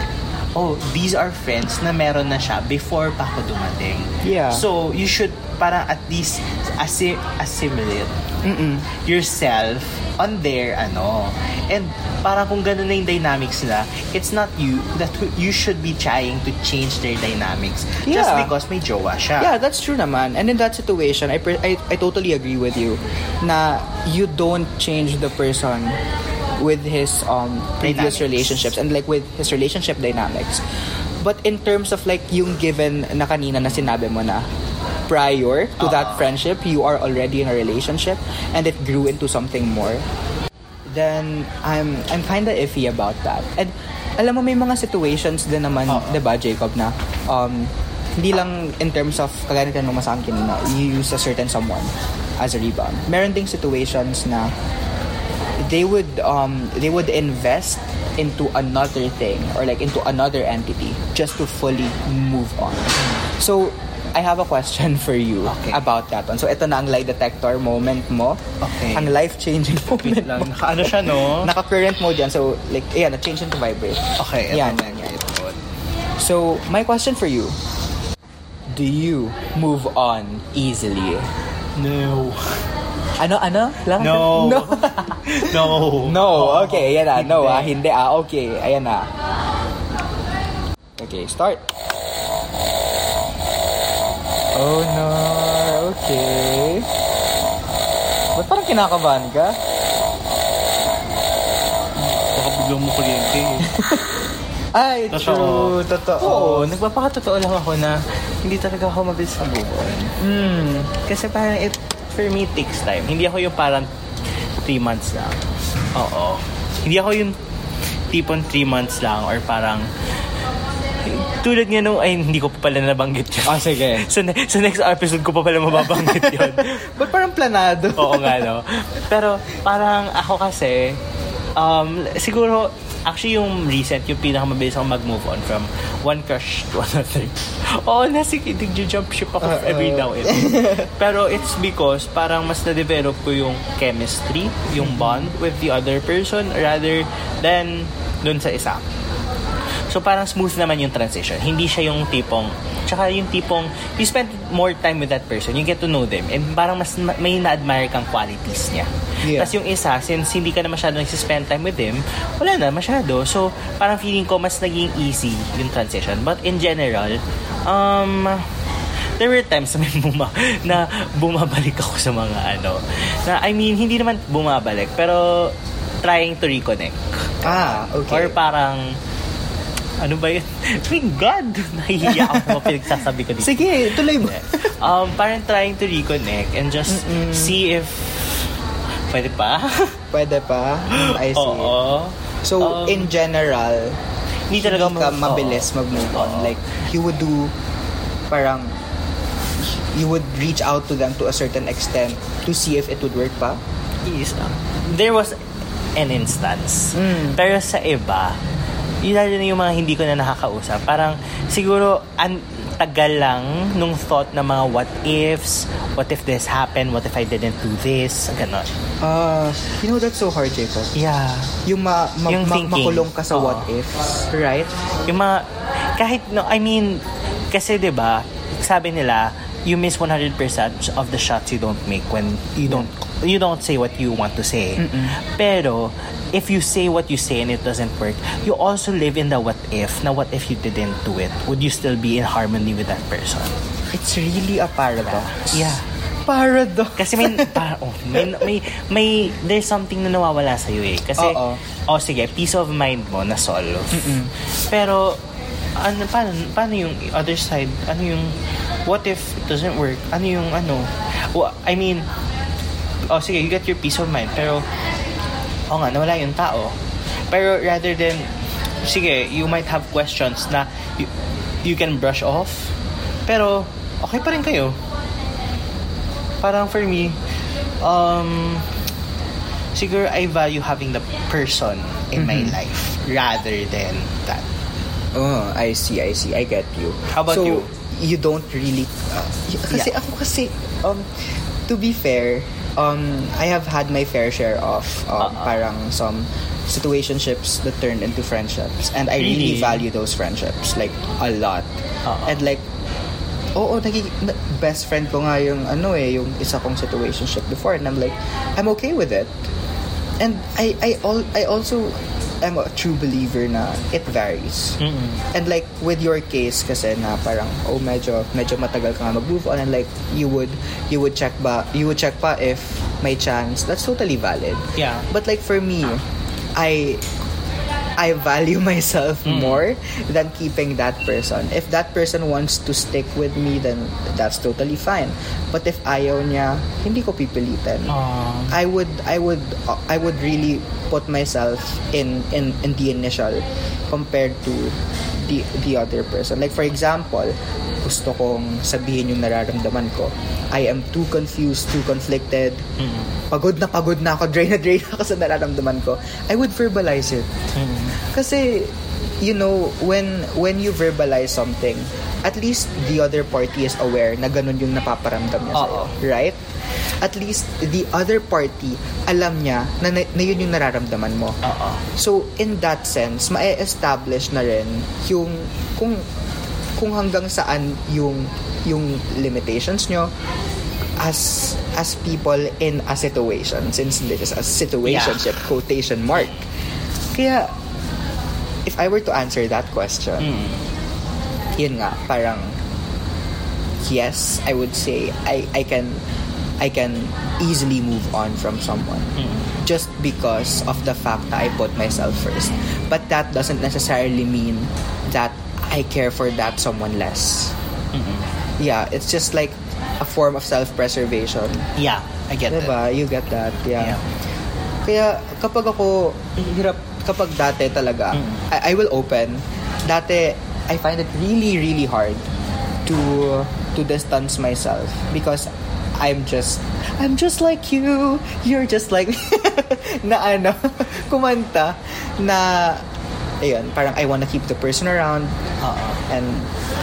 Speaker 1: oh, these are friends na meron na siya before pa ako dumating.
Speaker 2: Yeah.
Speaker 1: So, you should parang at least assi- assimilate
Speaker 2: Mm-mm.
Speaker 1: yourself on their ano. And parang kung ganun na yung dynamics nila, it's not you that who- you should be trying to change their dynamics just
Speaker 2: Yeah.
Speaker 1: because may jowa siya.
Speaker 2: Yeah, that's true naman. And in that situation, I, per- I, I totally agree with you na you don't change the person with his um
Speaker 1: Dynamics.
Speaker 2: previous relationships and like with his relationship dynamics. But in terms of like yung given na kanina na sinabi mo na prior to that friendship, you are already in a relationship and it grew into something more. Then I'm I'm kind of iffy about that. And alam mo may mga situations din naman,
Speaker 1: Oo.
Speaker 2: 'di ba, Jacob na um hindi lang in terms of kagaya ng tanong mo sa akin kanina, you use a certain someone as a rebound. Meron ding situations na they would um they would invest into another thing or like into another entity just to fully move on. So I have a question for you
Speaker 1: Okay.
Speaker 2: about that one. So ito na ang lie detector moment mo.
Speaker 1: Okay.
Speaker 2: Ang life-changing moment
Speaker 1: Wait
Speaker 2: mo.
Speaker 1: lang, ano siya no?
Speaker 2: Naka-current mode yan. So, like, ayan, na-change into vibrate.
Speaker 1: Okay,
Speaker 2: Yan,
Speaker 1: yan,
Speaker 2: yan, yan. So, my question for you. Do you move on easily?
Speaker 1: No.
Speaker 2: Ano, ano? Lang?
Speaker 1: No.
Speaker 2: No.
Speaker 1: no.
Speaker 2: no. Okay, ayan na. No, ah.
Speaker 1: Hindi.
Speaker 2: Hindi, ah. Okay, ayan na. Okay, start. Oh, no. Okay. Ba't parang kinakabahan ka?
Speaker 3: Baka biglang mo kuryente.
Speaker 2: Ay,
Speaker 3: Totoo.
Speaker 2: true. Totoo.
Speaker 1: Oo, nagpapakatotoo lang ako na hindi talaga ako mabilis sa move on. Hmm.
Speaker 2: Mm.
Speaker 1: Kasi parang it, for me, takes time. Hindi ako yung parang three months lang. Oo. Hindi ako yung tipong three months lang or parang tulad nga nung, ay, hindi ko pa pala nabanggit yun.
Speaker 2: Ah, sige.
Speaker 1: sa, ne- sa next episode ko pa pala mababanggit yun.
Speaker 2: Ba't parang planado?
Speaker 1: Oo nga, no? Pero parang ako kasi, um, siguro, actually yung recent, yung pinakamabilis akong mag-move on from one crush to another. Oo, nasi nag-jump ship ako every now and then. Pero it's because parang mas na-develop ko yung chemistry, yung bond with the other person rather than dun sa isa. So parang smooth naman yung transition. Hindi siya yung tipong tsaka yung tipong you spend more time with that person, you get to know them and parang mas ma- may na-admire kang qualities niya.
Speaker 2: Yeah.
Speaker 1: Tapos yung isa, since hindi ka na masyado nagsispend time with him, wala na masyado. So, parang feeling ko mas naging easy yung transition. But in general, um, there were times na, may buma- na bumabalik ako sa mga ano. Na, I mean, hindi naman bumabalik, pero trying to reconnect.
Speaker 2: Ah,
Speaker 1: Or parang, ano ba yun? My God! Nahihiya ako kung pinagsasabi ko dito.
Speaker 2: Sige, tuloy mo.
Speaker 1: Um, parang trying to reconnect and just see if pwede pa.
Speaker 2: Pwede pa? Mm, I see.
Speaker 1: Oo. Um,
Speaker 2: So, in general,
Speaker 1: Hindi talaga
Speaker 2: hindi ka
Speaker 1: mag-
Speaker 2: mabilis
Speaker 1: oo.
Speaker 2: mag-move on.
Speaker 1: Oo.
Speaker 2: Like, you would do, parang, you would reach out to them to a certain extent to see if it would work pa?
Speaker 1: is
Speaker 2: ah.
Speaker 1: uh, there was an instance.
Speaker 2: Mm.
Speaker 1: Pero sa iba, yun lalo na yung mga hindi ko na nakakausap. Parang siguro ang tagal lang nung thought ng mga what ifs, what if this happened, what if I didn't do this, ganon.
Speaker 2: Ah, you know, that's so hard, Jacob.
Speaker 1: Yeah.
Speaker 2: Yung, ma, ma,
Speaker 1: Yung
Speaker 2: ma-
Speaker 1: thinking.
Speaker 2: makulong ka sa
Speaker 1: Oo.
Speaker 2: what ifs, right?
Speaker 1: Yung mga, kahit no, I mean, kasi 'di ba sabi nila, you miss 100% of the shots you don't make when you don't you don't say what you want to say. Pero if you say what you say and it doesn't work, you also live in the what if. Now what if you didn't do it? Would you still be in harmony with that person?
Speaker 2: It's really a paradox.
Speaker 1: Yeah.
Speaker 2: Paradox.
Speaker 1: Kasi may, par, oh, may, may, may, there's something na nawawala sa'yo eh. Kasi,
Speaker 2: Oo.
Speaker 1: oh sige, peace of mind mo na solve. Pero, ano, paano, paano yung other side? Ano yung, what if it doesn't work? Ano yung, ano? Wa- I mean, oh sige, you get your peace of mind, pero, oh nga, nawala yung tao. Pero rather than, sige, you might have questions na you, you can brush off, pero okay pa rin kayo. Parang for me, um, siguro I value having the person in my life rather than that.
Speaker 2: Oh, I see, I see. I get you.
Speaker 1: How about
Speaker 2: so,
Speaker 1: you?
Speaker 2: you don't really... Uh, y- kasi
Speaker 1: Yeah.
Speaker 2: ako kasi, um, to be fair, um, I have had my fair share of um,
Speaker 1: Uh-uh.
Speaker 2: parang some situationships that turned into friendships. And I really,
Speaker 1: Really?
Speaker 2: value those friendships, like, a lot.
Speaker 1: Uh-uh.
Speaker 2: And like, oo, nagig- na- best friend ko nga yung, ano eh, yung isa kong situationship before. And I'm like, I'm okay with it. And I, I, al- I also am a true believer na it varies. And like, with your case kasi na parang, oh, medyo, medyo matagal ka nga mag-move on. And like, you would, you would check ba, you would check pa if may chance. That's totally valid.
Speaker 1: Yeah.
Speaker 2: But like, for me, I I value myself more than keeping that person. If that person wants to stick with me, then that's totally fine. But if ayaw niya, hindi ko pipilitin.
Speaker 1: Aw.
Speaker 2: I would I would I would really put myself in in in the initial compared to the the other person. Like for example, gusto kong sabihin yung nararamdaman ko. I am too confused, too conflicted. Pagod na pagod na ako, drain na drain ako sa nararamdaman ko. I would verbalize it. Kasi you know, when when you verbalize something, at least the other party is aware na ganun yung napaparamdam niya sa'yo.
Speaker 1: Oo.
Speaker 2: Right? At least the other party alam niya na, na, na yun yung nararamdaman mo.
Speaker 1: Oo.
Speaker 2: So in that sense, mae-establish na rin yung kung kung hanggang saan yung yung limitations nyo as as people in a situation since this is a situationship quotation mark. Kaya if I were to answer that question, yun nga, parang yes, I would say I I can I can easily move on from someone just because of the fact that I put myself first. But that doesn't necessarily mean that I care for that someone less. Yeah, it's just like a form of self-preservation.
Speaker 1: Yeah, I get it.
Speaker 2: Diba? You get that, yeah.
Speaker 1: Yeah.
Speaker 2: Kaya kapag ako, hirap, kapag dati talaga, I, I will open. Dati, I find it really, really hard to to distance myself because I'm just I'm just like you you're just like na ano kumanta na ayun parang I wanna keep the person around and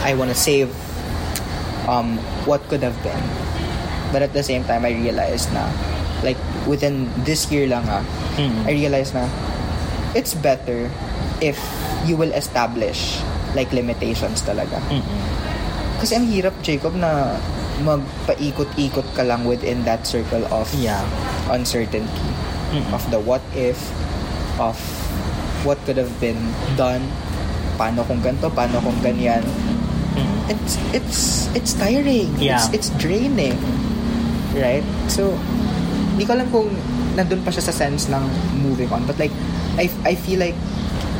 Speaker 2: I wanna save um, what could have been. But at the same time, I realized na, like, within this year lang ha, I realized na, it's better if you will establish, like, limitations talaga. Kasi ang hirap, Jacob, na magpaikot-ikot ka lang within that circle of
Speaker 1: Yeah.
Speaker 2: uncertainty. Of the what if, of what could have been done, paano kung ganito, paano kung ganyan.
Speaker 1: Mm-hmm.
Speaker 2: It's, it's, it's tiring.
Speaker 1: Yeah.
Speaker 2: It's, it's draining. Right? So, hindi ko alam kung nandun pa siya sa sense ng moving on. But like, I, I feel like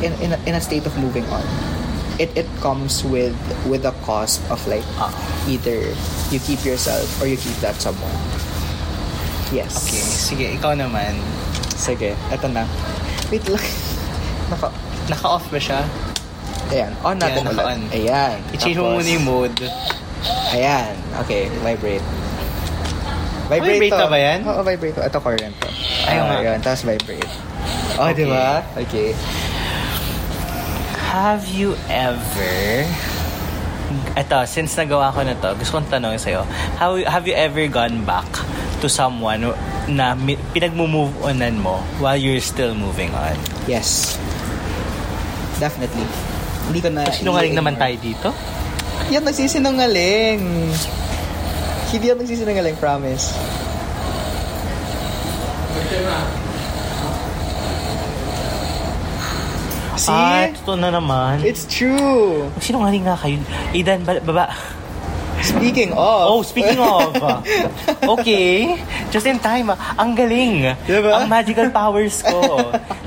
Speaker 2: in, in, a, in a state of moving on, it, it comes with with a cost of like
Speaker 1: Ah.
Speaker 2: either you keep yourself or you keep that someone. Yes.
Speaker 1: Okay, sige, ikaw naman.
Speaker 2: Sige, eto na. Wait lang. Naka,
Speaker 1: Naka-off ba siya?
Speaker 2: ayan, on natin
Speaker 1: Ayan,
Speaker 2: ulit.
Speaker 1: naka-on.
Speaker 2: Ayan.
Speaker 1: I-change mo
Speaker 2: Tapos,
Speaker 1: muna yung mode.
Speaker 2: Ayan. Okay, vibrate.
Speaker 1: Vibrate
Speaker 2: to.
Speaker 1: na ba yan?
Speaker 2: Oo, vibrate to. Ito current to.
Speaker 1: Ayun nga.
Speaker 2: Ayun, tapos vibrate. Oh,
Speaker 1: Okay.
Speaker 2: di ba? Okay.
Speaker 1: Have you ever... Ito, since nagawa ko na to, gusto kong tanong sa'yo. Have, have you ever gone back to someone na mi- pinagmo-move onan mo while you're still moving on?
Speaker 2: Yes. Definitely. Hindi ko na...
Speaker 1: Sinungaling naman
Speaker 2: i-ignore.
Speaker 1: tayo dito?
Speaker 2: Yan, nagsisinungaling. Hindi yan nagsisinungaling, promise. See?
Speaker 1: Ah, totoo na naman.
Speaker 2: It's true.
Speaker 1: Sinungaling nga kayo. Idan, ba- baba.
Speaker 2: Speaking of...
Speaker 1: Oh, speaking of. Okay. Just in time. ah. Ang galing.
Speaker 2: Diba?
Speaker 1: Ang magical powers ko.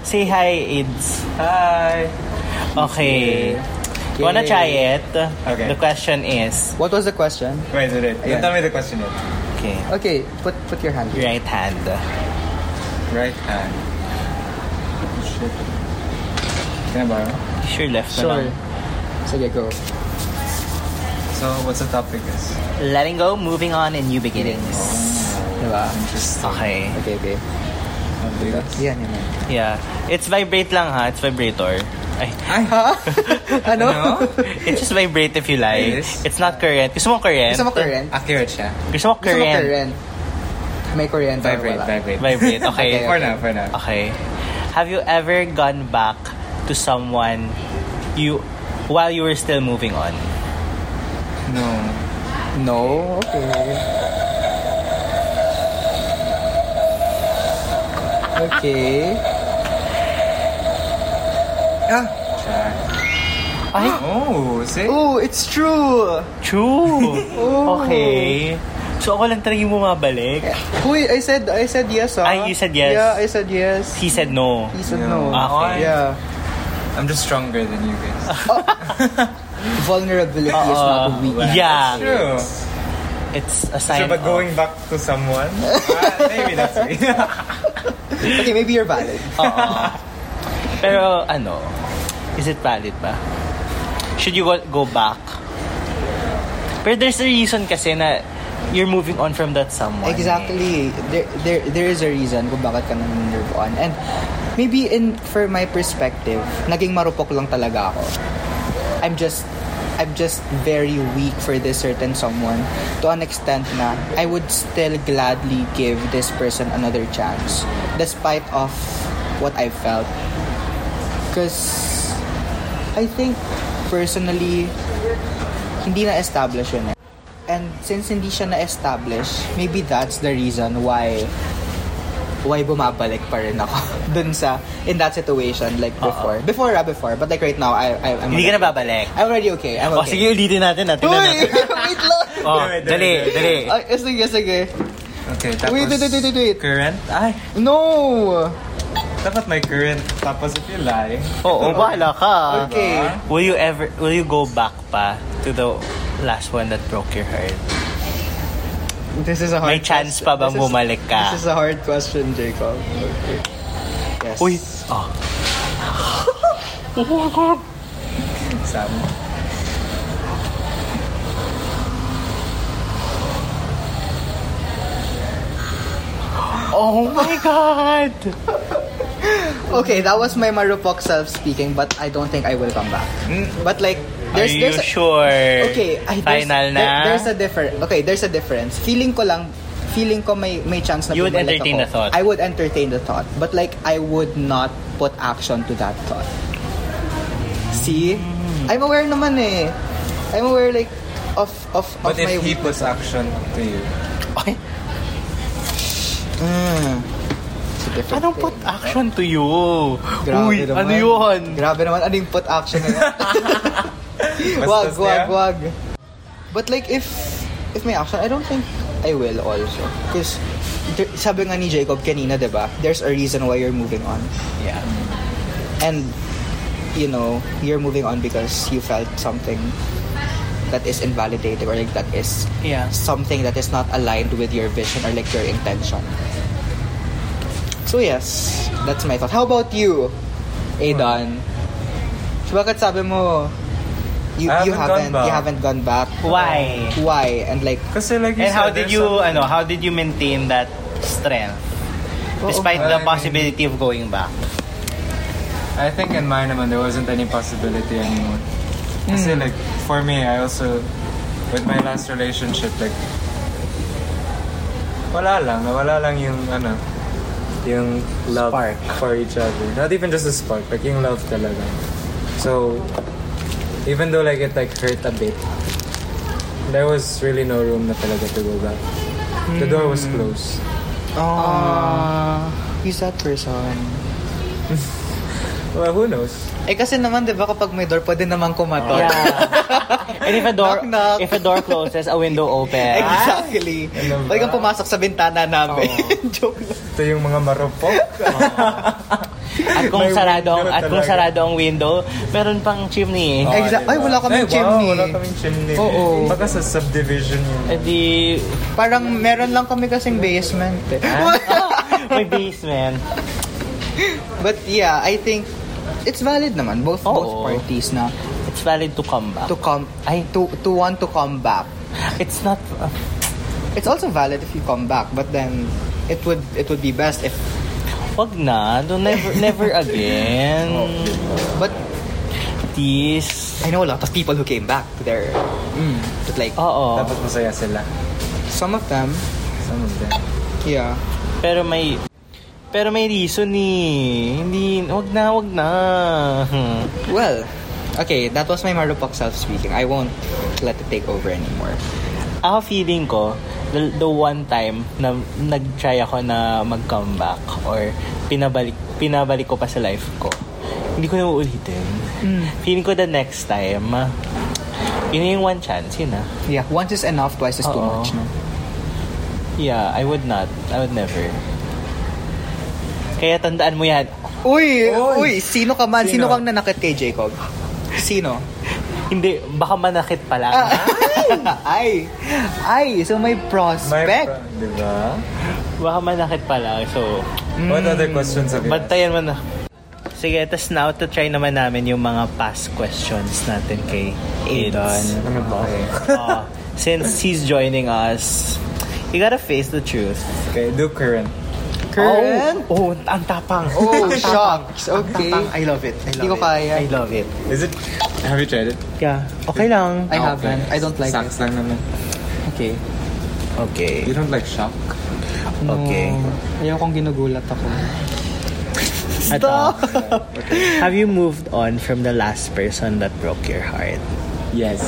Speaker 1: Say hi, Ids.
Speaker 2: Hi.
Speaker 1: Okay.
Speaker 2: Okay.
Speaker 1: You wanna try it?
Speaker 4: Okay.
Speaker 1: The question is...
Speaker 2: What was the question?
Speaker 4: Wait, wait, wait.
Speaker 2: Ayan.
Speaker 4: Don't tell me the question yet.
Speaker 1: Okay.
Speaker 2: Okay, put put your hand. here.
Speaker 1: Right hand.
Speaker 4: Right hand. Shit. Can I borrow?
Speaker 1: Sure left na
Speaker 2: Sure.
Speaker 1: lang.
Speaker 2: Sige, go.
Speaker 4: So, what's the topic is?
Speaker 1: Letting go, moving on, and new beginnings.
Speaker 2: Diba?
Speaker 4: Interesting.
Speaker 1: Okay.
Speaker 2: Okay, okay. Yan,
Speaker 4: Okay.
Speaker 2: yan. yan.
Speaker 1: Yeah. It's vibrate lang ha. It's vibrator. Ay.
Speaker 2: Ay, ha? ano?
Speaker 4: Ano?
Speaker 1: It's just vibrate if you like.
Speaker 4: Yes.
Speaker 1: It's not current. Gusto mo current?
Speaker 2: Gusto mo current?
Speaker 1: Ah,
Speaker 4: Accurate siya.
Speaker 1: Gusto mo
Speaker 2: Gusto mo
Speaker 1: current?
Speaker 2: current? May current or
Speaker 4: Vibrate,
Speaker 2: wala?
Speaker 4: vibrate.
Speaker 1: Vibrate. Okay. Ah,
Speaker 2: Okay,
Speaker 4: For now, for now.
Speaker 1: Okay. Have you ever gone back to someone you while you were still moving on?
Speaker 4: No.
Speaker 2: No? Oh, Okay. Okay. Ah!
Speaker 4: Check.
Speaker 1: Ay.
Speaker 4: Oh, see?
Speaker 2: Oh, it's true!
Speaker 1: True. okay. So ako lang talaga yung bumabalik.
Speaker 2: Uy, I said, I said yes, ah.
Speaker 1: Ay, you said yes.
Speaker 2: Yeah, I said yes.
Speaker 1: He said no.
Speaker 2: He said
Speaker 4: Yeah.
Speaker 2: no.
Speaker 1: Okay.
Speaker 2: Yeah.
Speaker 4: I'm just stronger than you guys.
Speaker 2: Vulnerability is
Speaker 1: Uh,
Speaker 2: not a weakness.
Speaker 1: yeah.
Speaker 4: True.
Speaker 1: It's a
Speaker 4: So,
Speaker 1: sign
Speaker 4: but
Speaker 1: of-
Speaker 4: going back to someone, uh, maybe that's me.
Speaker 2: Okay, maybe you're valid.
Speaker 1: Oo. Pero ano, is it valid ba? Should you go, go back? Pero there's a reason kasi na you're moving on from that someone. eh.
Speaker 2: Exactly. There, there, there is a reason kung bakit ka nang move on. And maybe in for my perspective, naging marupok lang talaga ako. I'm just I'm just very weak for this certain someone to an extent na I would still gladly give this person another chance despite of what I felt. Because I think personally hindi na establish yun eh. And since hindi siya na-establish, maybe that's the reason why why bumabalik pa rin ako dun sa in that situation like before. Before ah, before, but like right now I, I I'm
Speaker 1: Hindi ka na
Speaker 2: already-
Speaker 1: babalik.
Speaker 2: I'm already okay. I'm
Speaker 1: O
Speaker 2: okay.
Speaker 1: Oh, sige, ulitin natin natin.
Speaker 2: Uy!
Speaker 1: natin.
Speaker 2: wait lang!
Speaker 1: Oh,
Speaker 4: Dali, dali,
Speaker 1: dali,
Speaker 4: dali.
Speaker 1: dali.
Speaker 2: Ay, eh, sige, sige.
Speaker 4: Okay, tapos...
Speaker 2: Wait, wait, wait, wait, wait.
Speaker 4: Current? Ay,
Speaker 2: No!
Speaker 4: dapat may current. Tapos if you lie, ah,
Speaker 1: Oo, bahala ka.
Speaker 2: Okay.
Speaker 1: Will you ever, will you go back pa to the last one that broke your heart?
Speaker 2: This is a
Speaker 1: May
Speaker 2: hard
Speaker 1: chance
Speaker 2: question.
Speaker 1: pa bang
Speaker 2: This is-
Speaker 1: bumalik ka?
Speaker 2: This is a hard question, Jacob. Okay. Yes.
Speaker 1: Uy, oh,
Speaker 4: Sam.
Speaker 1: oh my God!
Speaker 2: Okay, that was my marupok self-speaking, but I don't think I will come back. But like,
Speaker 1: Hmm? Are
Speaker 2: there's
Speaker 1: you
Speaker 2: there's a-
Speaker 1: sure?
Speaker 2: okay, ay, there's,
Speaker 1: Final na?
Speaker 2: there- there's a difference. Okay, there's a difference. Feeling ko lang, feeling ko may may chance na
Speaker 1: You would
Speaker 2: bumalik
Speaker 1: entertain
Speaker 2: ako.
Speaker 1: the thought.
Speaker 2: I would entertain the thought, but like I would not put action to that thought. See,
Speaker 1: Hmm.
Speaker 2: I'm aware naman eh. I'm aware like of of of
Speaker 4: But
Speaker 2: my
Speaker 4: if he puts action to you,
Speaker 1: Okay.
Speaker 2: Mm. It's a different
Speaker 1: Anong
Speaker 2: thing.
Speaker 1: put action to you?
Speaker 2: Grabe
Speaker 1: Uy,
Speaker 2: naman.
Speaker 1: ano yun?
Speaker 2: Grabe naman. Ano yung put action na yun? wag,
Speaker 4: Bastos
Speaker 2: wag,
Speaker 4: niya?
Speaker 2: wag. But like, if if may action, I don't think I will also. Because sabi nga ni Jacob kanina, di ba? There's a reason why you're moving on.
Speaker 1: Yeah.
Speaker 2: And, you know, you're moving on because you felt something that is invalidated or like that is
Speaker 1: Yeah.
Speaker 2: something that is not aligned with your vision or like your intention. So yes, that's my thought. How about you, Adon? So bakit sabi mo you,
Speaker 4: I
Speaker 2: you
Speaker 4: haven't gone
Speaker 2: haven't
Speaker 4: back.
Speaker 2: you haven't gone back?
Speaker 1: Why?
Speaker 2: Why? And like
Speaker 4: kasi like
Speaker 1: And
Speaker 4: you said,
Speaker 1: how did
Speaker 4: there's
Speaker 1: you,
Speaker 4: something-
Speaker 1: ano, how did you maintain that strength? uh, Despite
Speaker 4: Oo.
Speaker 1: the
Speaker 4: I mean-
Speaker 1: possibility of going back.
Speaker 4: I think in mine naman, there wasn't any possibility anymore. Kasi
Speaker 1: Hmm.
Speaker 4: like, for me, I also, with my last relationship, like, wala lang, wala lang yung, ano, yung love for each other. Not even just a spark, like yung love talaga. So, even though like it like hurt a bit, there was really no room na talaga to go back. The door was
Speaker 1: Hmm.
Speaker 4: closed.
Speaker 2: ah, who's that person?
Speaker 4: Well, who knows?
Speaker 2: Eh kasi naman 'di ba kapag may door pwede naman kumatok.
Speaker 1: And if a door,
Speaker 2: Knock, knock.
Speaker 1: if a door closes, a window opens.
Speaker 2: Exactly.
Speaker 4: Ano ba?
Speaker 2: Pwede kang pumasok sa bintana namin. Joke lang.
Speaker 4: Ito yung mga marupok.
Speaker 1: At kung
Speaker 4: May
Speaker 1: sarado ang,
Speaker 4: window
Speaker 1: at kung
Speaker 4: talaga.
Speaker 1: sarado ang window, meron pang chimney.
Speaker 2: Oh. Exact- Ay, wala kaming
Speaker 4: Ay, wow,
Speaker 2: chimney.
Speaker 4: wala kaming chimney.
Speaker 2: Oo.
Speaker 4: Baka sa subdivision yun.
Speaker 1: Eh di,
Speaker 2: Parang meron lang kami kasing basement. eh.
Speaker 1: may basement.
Speaker 2: But yeah, I think it's valid naman both both
Speaker 1: Oo.
Speaker 2: parties na
Speaker 1: It's valid to come back.
Speaker 2: to come
Speaker 1: Ay.
Speaker 2: to to want to come back.
Speaker 1: It's not,
Speaker 2: It's also valid if you come back, but then it would it would be best if
Speaker 1: wag na. Don't never, never again.
Speaker 2: but
Speaker 1: Please.
Speaker 2: I know a lot of people who came back to their mm, but like
Speaker 1: Oo.
Speaker 4: Tapos masaya sila.
Speaker 2: some of them
Speaker 4: Some of them.
Speaker 2: yeah.
Speaker 1: Pero may pero may reason ni. Hindi, wag na, wag na. Hmm.
Speaker 2: Well, okay, that was my Marupok self speaking. I won't let it take over anymore.
Speaker 1: Ako feeling ko, the, the one time na nag-try ako na mag-comeback or pinabalik, pinabalik ko pa sa life ko, hindi ko na uulitin. Feeling ko the next time, yun na yung one chance, yun na.
Speaker 2: Yeah, once is enough, twice is too
Speaker 1: Oo.
Speaker 2: much. No?
Speaker 1: Yeah, I would not. I would never. Kaya tandaan mo yan.
Speaker 2: Uy,
Speaker 4: Uy!
Speaker 2: uy, sino ka man? Sino,
Speaker 4: Sino?
Speaker 2: kang nanakit kay Jacob? Sino?
Speaker 1: Hindi, baka manakit pa lang.
Speaker 2: Ah. ay, ay, so may
Speaker 4: My
Speaker 2: prospect.
Speaker 4: pro- diba?
Speaker 1: Baka manakit pa lang. So,
Speaker 2: Mm.
Speaker 4: What other questions have you
Speaker 1: Bantayan mo na. Sige, tas now to try naman namin yung mga past questions natin kay Aidan.
Speaker 4: Ano ba?
Speaker 1: Uh, since he's joining us, you gotta face the truth.
Speaker 4: Okay, do current.
Speaker 2: Current?
Speaker 1: Oh, oh, ang tapang. Ang
Speaker 2: Oh,
Speaker 1: tapang.
Speaker 2: shocks. Okay.
Speaker 1: Tapang. I love it. I love
Speaker 2: Hindi ko
Speaker 1: it.
Speaker 2: kaya.
Speaker 1: I love it.
Speaker 4: Is it... Have you tried it? Oh,
Speaker 1: Yeah. Okay lang.
Speaker 2: I haven't. I don't like
Speaker 4: Sucks lang naman.
Speaker 2: Okay.
Speaker 1: Okay.
Speaker 4: You don't like shock?
Speaker 1: Okay.
Speaker 2: Ayaw kong ginugulat ako.
Speaker 1: Stop! Have you moved on from the last person that broke your heart?
Speaker 4: Yes.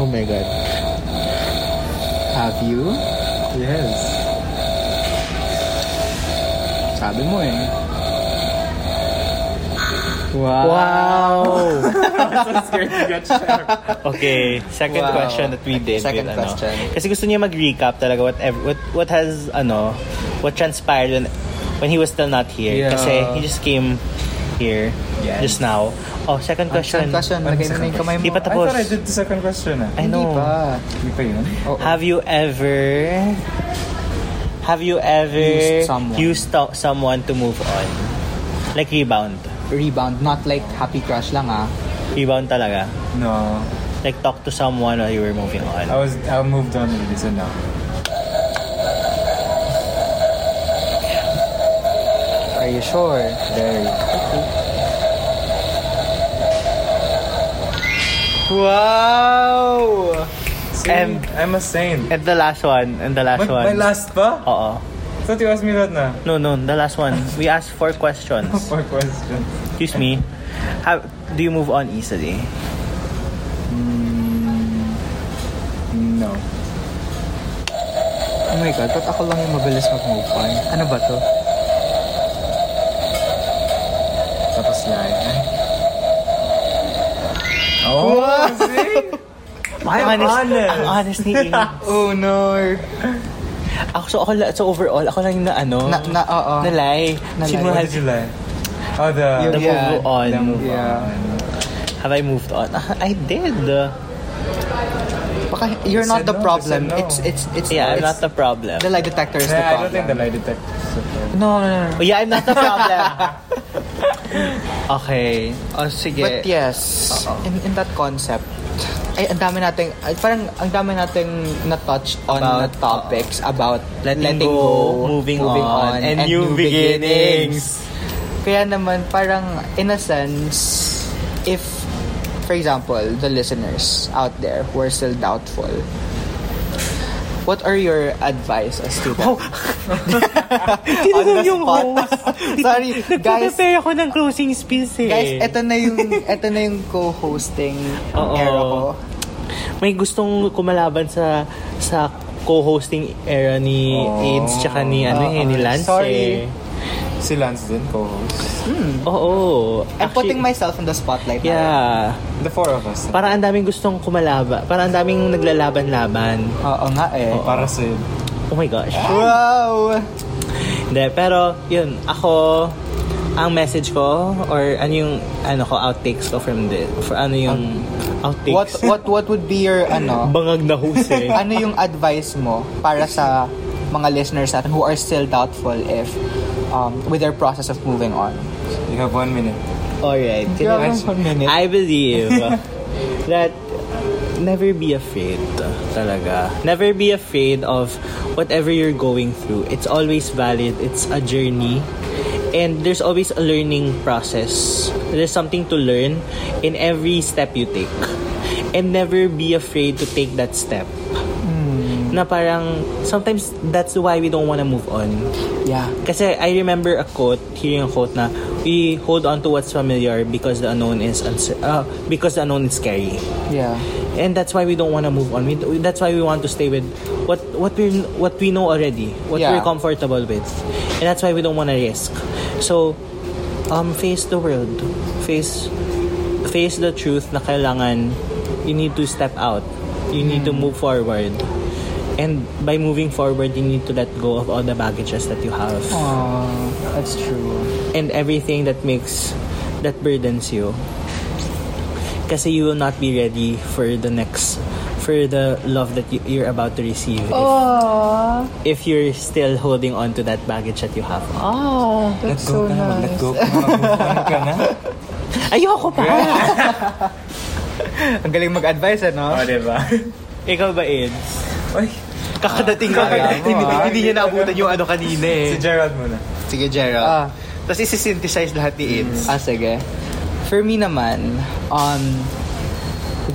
Speaker 1: Oh my God.
Speaker 2: Have you?
Speaker 4: Yes.
Speaker 2: Sabi mo eh.
Speaker 1: Wow!
Speaker 4: I'm so scared to get shocked.
Speaker 1: Okay, second
Speaker 2: Wow.
Speaker 1: question that we did.
Speaker 2: Second
Speaker 1: with,
Speaker 2: question.
Speaker 1: Ano, kasi gusto niya mag-recap talaga what, ev- what, what has, ano, what transpired when, when he was still not here.
Speaker 4: Yeah.
Speaker 1: Kasi he just came here
Speaker 4: Yes.
Speaker 1: just now. Oh, second question.
Speaker 2: Second question. Lagay mo na yung kamay mo.
Speaker 1: Di pa
Speaker 4: I
Speaker 1: tapos.
Speaker 4: thought I did the second question eh.
Speaker 1: I
Speaker 2: Hindi
Speaker 1: know.
Speaker 2: pa.
Speaker 4: Hindi pa yun?
Speaker 2: Oo.
Speaker 1: Have you ever... Have you ever
Speaker 2: Used someone.
Speaker 1: used to- someone to move on? Like rebound.
Speaker 2: Rebound. Not like happy crush lang ah.
Speaker 1: Rebound talaga.
Speaker 4: No.
Speaker 1: Like talk to someone while you were moving on.
Speaker 4: I was... I moved on already, so no.
Speaker 2: Are you sure?
Speaker 4: Very.
Speaker 1: Wow!
Speaker 4: Saint. I'm a saint.
Speaker 1: And the last one. And the last
Speaker 4: My,
Speaker 1: one.
Speaker 4: my last pa?
Speaker 1: Oo.
Speaker 4: Thought you asked me that na.
Speaker 1: No, no, the last one. We asked four questions.
Speaker 4: Four questions.
Speaker 1: Excuse me. How do you move on easily?
Speaker 4: No.
Speaker 2: Oh my God, ba't ako lang yung mabilis mag-move on? Ano ba to?
Speaker 4: Tapos lie. Oh, see? I'm honest.
Speaker 1: Ang honest ni Ina.
Speaker 2: Oh no.
Speaker 1: Ako, so, ako, la- so overall, ako lang yung na ano.
Speaker 2: Na, na, oo.
Speaker 1: nalay.
Speaker 2: Nalay.
Speaker 1: Si Mahal-
Speaker 4: What did you lie? Oh, the...
Speaker 1: the
Speaker 2: Yeah.
Speaker 1: move on.
Speaker 4: the move
Speaker 2: Yeah.
Speaker 4: on.
Speaker 1: Have I moved on? Ah, I did.
Speaker 2: Baka you're not
Speaker 4: Said
Speaker 2: the
Speaker 4: no,
Speaker 2: problem.
Speaker 4: said no.
Speaker 2: It's, it's, it's,
Speaker 1: Yeah, I'm
Speaker 2: it's-
Speaker 1: not the problem.
Speaker 2: the lie detector is the
Speaker 4: Yeah, I don't
Speaker 2: problem.
Speaker 4: think the lie detector is the problem.
Speaker 2: No, no, no. no.
Speaker 1: Oh, yeah, I'm not the problem. okay. Oh, sige.
Speaker 2: But yes, in, in that concept, ay, ang dami nating, ay, parang ang dami nating na-touch on
Speaker 1: About, uh,
Speaker 2: na topics about
Speaker 1: Letting go, moving on, and new beginnings.
Speaker 2: Kaya naman, parang in a sense, if, for example, the listeners out there who are still doubtful, what are your advice as to
Speaker 1: Oh.
Speaker 2: them? On the spot. Sorry, guys,
Speaker 1: Nagpe-prepare ako ng closing speech eh.
Speaker 2: Guys, eto na yung eto na yung co-hosting
Speaker 1: Oo.
Speaker 2: era ko.
Speaker 1: may gustong kumalaban sa sa co-hosting era ni
Speaker 4: Oh.
Speaker 1: AIDS tsaka ni ano eh, ni Lance.
Speaker 2: Ah, Sorry.
Speaker 1: eh.
Speaker 4: Si Lance din, co-host.
Speaker 1: Oo.
Speaker 2: I'm
Speaker 1: Actually,
Speaker 2: putting myself in the spotlight. now.
Speaker 1: Yeah.
Speaker 4: The four of us.
Speaker 1: Parang ang daming gustong kumalaba. Parang ang daming naglalaban-laban.
Speaker 2: Oo nga eh.
Speaker 4: Para sa'yo.
Speaker 1: Oh my gosh.
Speaker 2: Wow.
Speaker 1: Hindi, pero yun, ako ang message ko or ano yung ano ko outtakes ko from this for ano yung outtakes
Speaker 2: What what what would be your ano?
Speaker 1: bangag na huse
Speaker 2: ano yung advice mo para sa mga listeners natin who are still doubtful if um, with their process of moving on.
Speaker 4: You have one minute.
Speaker 1: alright I believe that never be afraid talaga. Never be afraid of whatever you're going through. It's always valid. It's a journey. And there's always a learning process. There's something to learn in every step you take. And never be afraid to take that step. Na parang sometimes that's why we don't want to move on.
Speaker 2: Yeah.
Speaker 1: Kasi I remember a quote, hearing a quote na we hold on to what's familiar because the unknown is uncer- uh, because the unknown is scary.
Speaker 2: Yeah.
Speaker 1: and that's why we don't want to move on. We, that's why we want to stay with what what we what we know already, what
Speaker 2: Yeah.
Speaker 1: we're comfortable with, and that's why we don't want to risk. So, um, face the world, face face the truth na kailangan you need to step out, you need to move forward, and by moving forward, you need to let go of all the baggages that you have
Speaker 2: that's true.
Speaker 1: and everything that makes that burdens you kasi you will not be ready for the next for the love that you, you're about to receive
Speaker 5: Aww.
Speaker 1: if, if you're still holding on to that baggage that you have
Speaker 5: Oh, that's so
Speaker 4: ka na,
Speaker 5: nice.
Speaker 4: let go ka na, move on ka na.
Speaker 1: ayoko pa
Speaker 2: Ang galing mag-advise, ano?
Speaker 4: O, diba?
Speaker 1: ikaw ba Eds?
Speaker 4: Uy,
Speaker 1: kakadating ka
Speaker 2: Kaya
Speaker 1: lang
Speaker 2: mo,
Speaker 1: hindi,
Speaker 2: ah.
Speaker 1: hindi niya naabutan yung ano kanina eh
Speaker 4: si Gerald muna.
Speaker 1: sige Gerald
Speaker 2: Ah.
Speaker 1: tapos isi-synthesize lahat ni Eds
Speaker 2: Ah, sige. For me naman, um,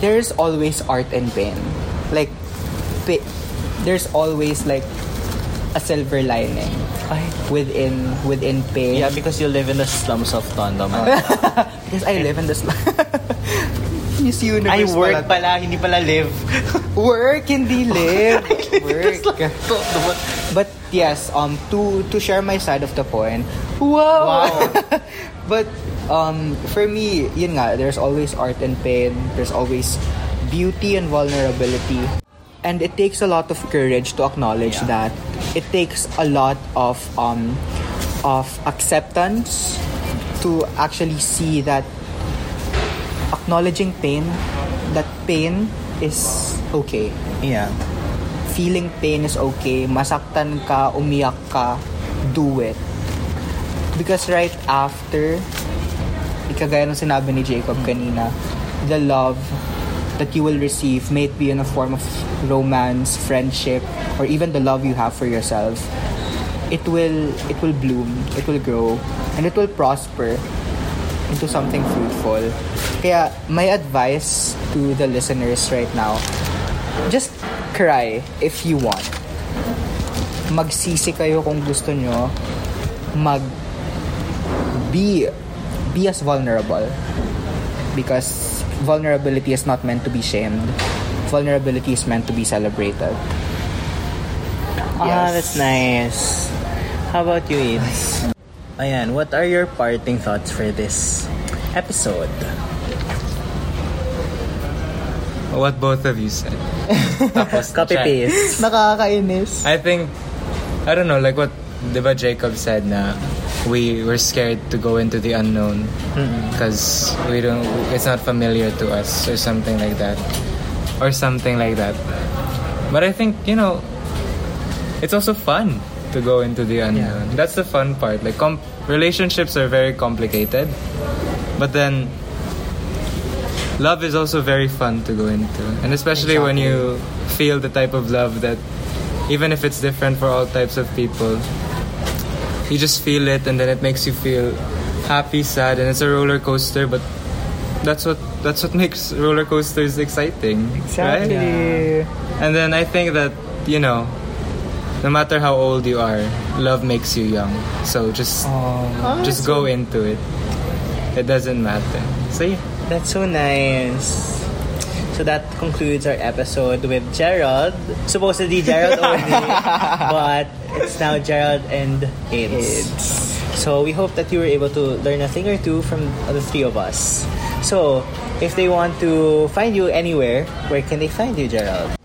Speaker 2: there's always art and pain. Like, pa- there's always like a silver lining within within pain.
Speaker 1: yeah because you live in the slums of Tondo
Speaker 2: Because I live in this Miss Universe
Speaker 1: I work
Speaker 2: pala.
Speaker 1: pala hindi pala live
Speaker 2: Work, hindi live. work.
Speaker 1: Tondo
Speaker 2: But yes, um, to to share my side of the point. Wow. but um, for me, yun nga, there's always art and pain. There's always beauty and vulnerability. And it takes a lot of courage to acknowledge that. It takes a lot of um, of acceptance to actually see that acknowledging pain, that pain is okay
Speaker 1: yeah
Speaker 2: feeling pain is okay, masaktan ka, umiyak ka, do it. Because right after, ikagaya ng sinabi ni Jacob kanina, the love that you will receive may it be in a form of romance, friendship, or even the love you have for yourself, it will it will bloom, it will grow, and it will prosper into something fruitful. Kaya my advice to the listeners right now, just cry if you want. Magsisi kayo kung gusto nyo. Mag be be as vulnerable because vulnerability is not meant to be shamed. Vulnerability is meant to be celebrated.
Speaker 1: Ah,
Speaker 2: Yes.
Speaker 1: that's nice. How about you, Eats? Ayan, what are your parting thoughts for this episode?
Speaker 4: What both of you said. Tapos,
Speaker 1: Copy
Speaker 4: check.
Speaker 1: paste.
Speaker 2: Nakakainis.
Speaker 4: I think, I don't know, like what, di ba Jacob said na we were scared to go into the unknown because we don't, it's not familiar to us or something like that. Or something like that. But I think, you know, it's also fun to go into the unknown. That's the fun part. Like, com- relationships are very complicated. But then, love is also very fun to go into. And especially when you feel the type of love that, even if it's different for all types of people, you just feel it and then it makes you feel happy, sad, and it's a roller coaster, but that's what that's what makes roller coasters exciting. Right? And then I think that, you know, no matter how old you are, love makes you young. So just just go into it. It doesn't matter. So yeah.
Speaker 1: That's so nice. So that concludes our episode with Gerald. Supposedly Gerald only, but it's now Gerald and Aids. So we hope that you were able to learn a thing or two from the three of us. So if they want to find you anywhere, where can they find you, Gerald?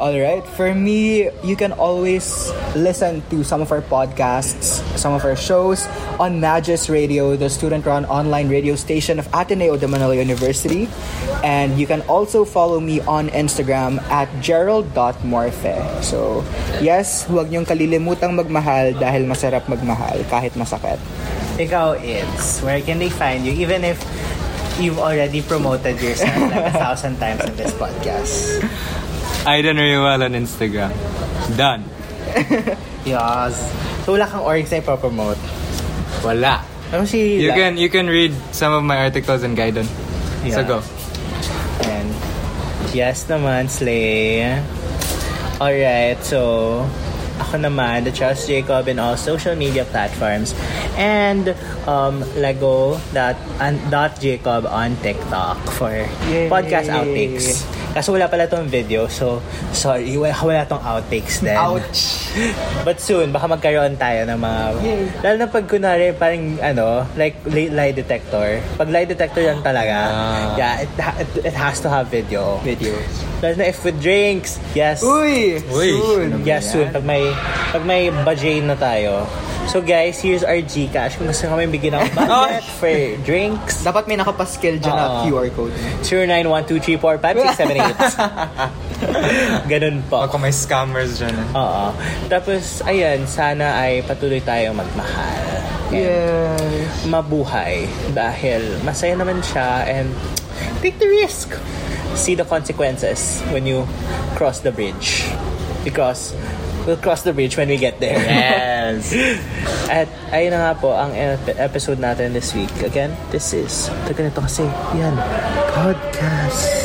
Speaker 2: All right. For me, you can always listen to some of our podcasts, some of our shows on Magis Radio, the student-run online radio station of Ateneo de Manila University. And you can also follow me on Instagram at gerald.morfe. So, yes, huwag niyong kalilimutang magmahal dahil masarap magmahal kahit masakit.
Speaker 1: Ikaw, it's where can they find you? Even if you've already promoted yourself like a thousand times in this podcast.
Speaker 4: Aidan Riwal on Instagram. Done.
Speaker 1: Yes. So wala kang orgs na ipopromote.
Speaker 4: Wala.
Speaker 1: Ano si
Speaker 4: You can you can read some of my articles in Gaiden.
Speaker 1: Yeah.
Speaker 4: So go.
Speaker 1: And yes naman, Slay. Alright, so ako naman, the Charles Jacob in all social media platforms and um, lego dot, and dot Jacob on TikTok for podcast outtakes. Kaso wala pala tong video, so sorry, wala, wala tong outtakes din.
Speaker 2: Ouch!
Speaker 1: But soon, baka magkaroon tayo ng mga... Lalo na pag kunwari, parang ano, like li- lie detector. Pag lie detector lang talaga, yeah, it, ha- it, it has to have video.
Speaker 2: Videos.
Speaker 1: Lalo na if with drinks, yes.
Speaker 2: Uy!
Speaker 4: Uy.
Speaker 2: Soon!
Speaker 1: Yeah, soon. Pag may, pag may budget na tayo. So guys, here's our Gcash. Kung gusto kami bigyan ng budget for drinks.
Speaker 2: Dapat may nakapaskil dyan na
Speaker 1: Oo.
Speaker 2: QR code.
Speaker 1: 0912345678. Ganun po.
Speaker 4: Baka may scammers dyan. ah.
Speaker 1: Oo. Tapos, ayan, sana ay patuloy tayong magmahal. And
Speaker 2: Yes.
Speaker 1: Mabuhay. Dahil masaya naman siya and take the risk. See the consequences when you cross the bridge. Because we'll cross the bridge when we get there.
Speaker 4: Yes.
Speaker 1: At ayun na nga po ang ep- episode natin this week. Again, this is The Ganito Kasi Yan Podcast.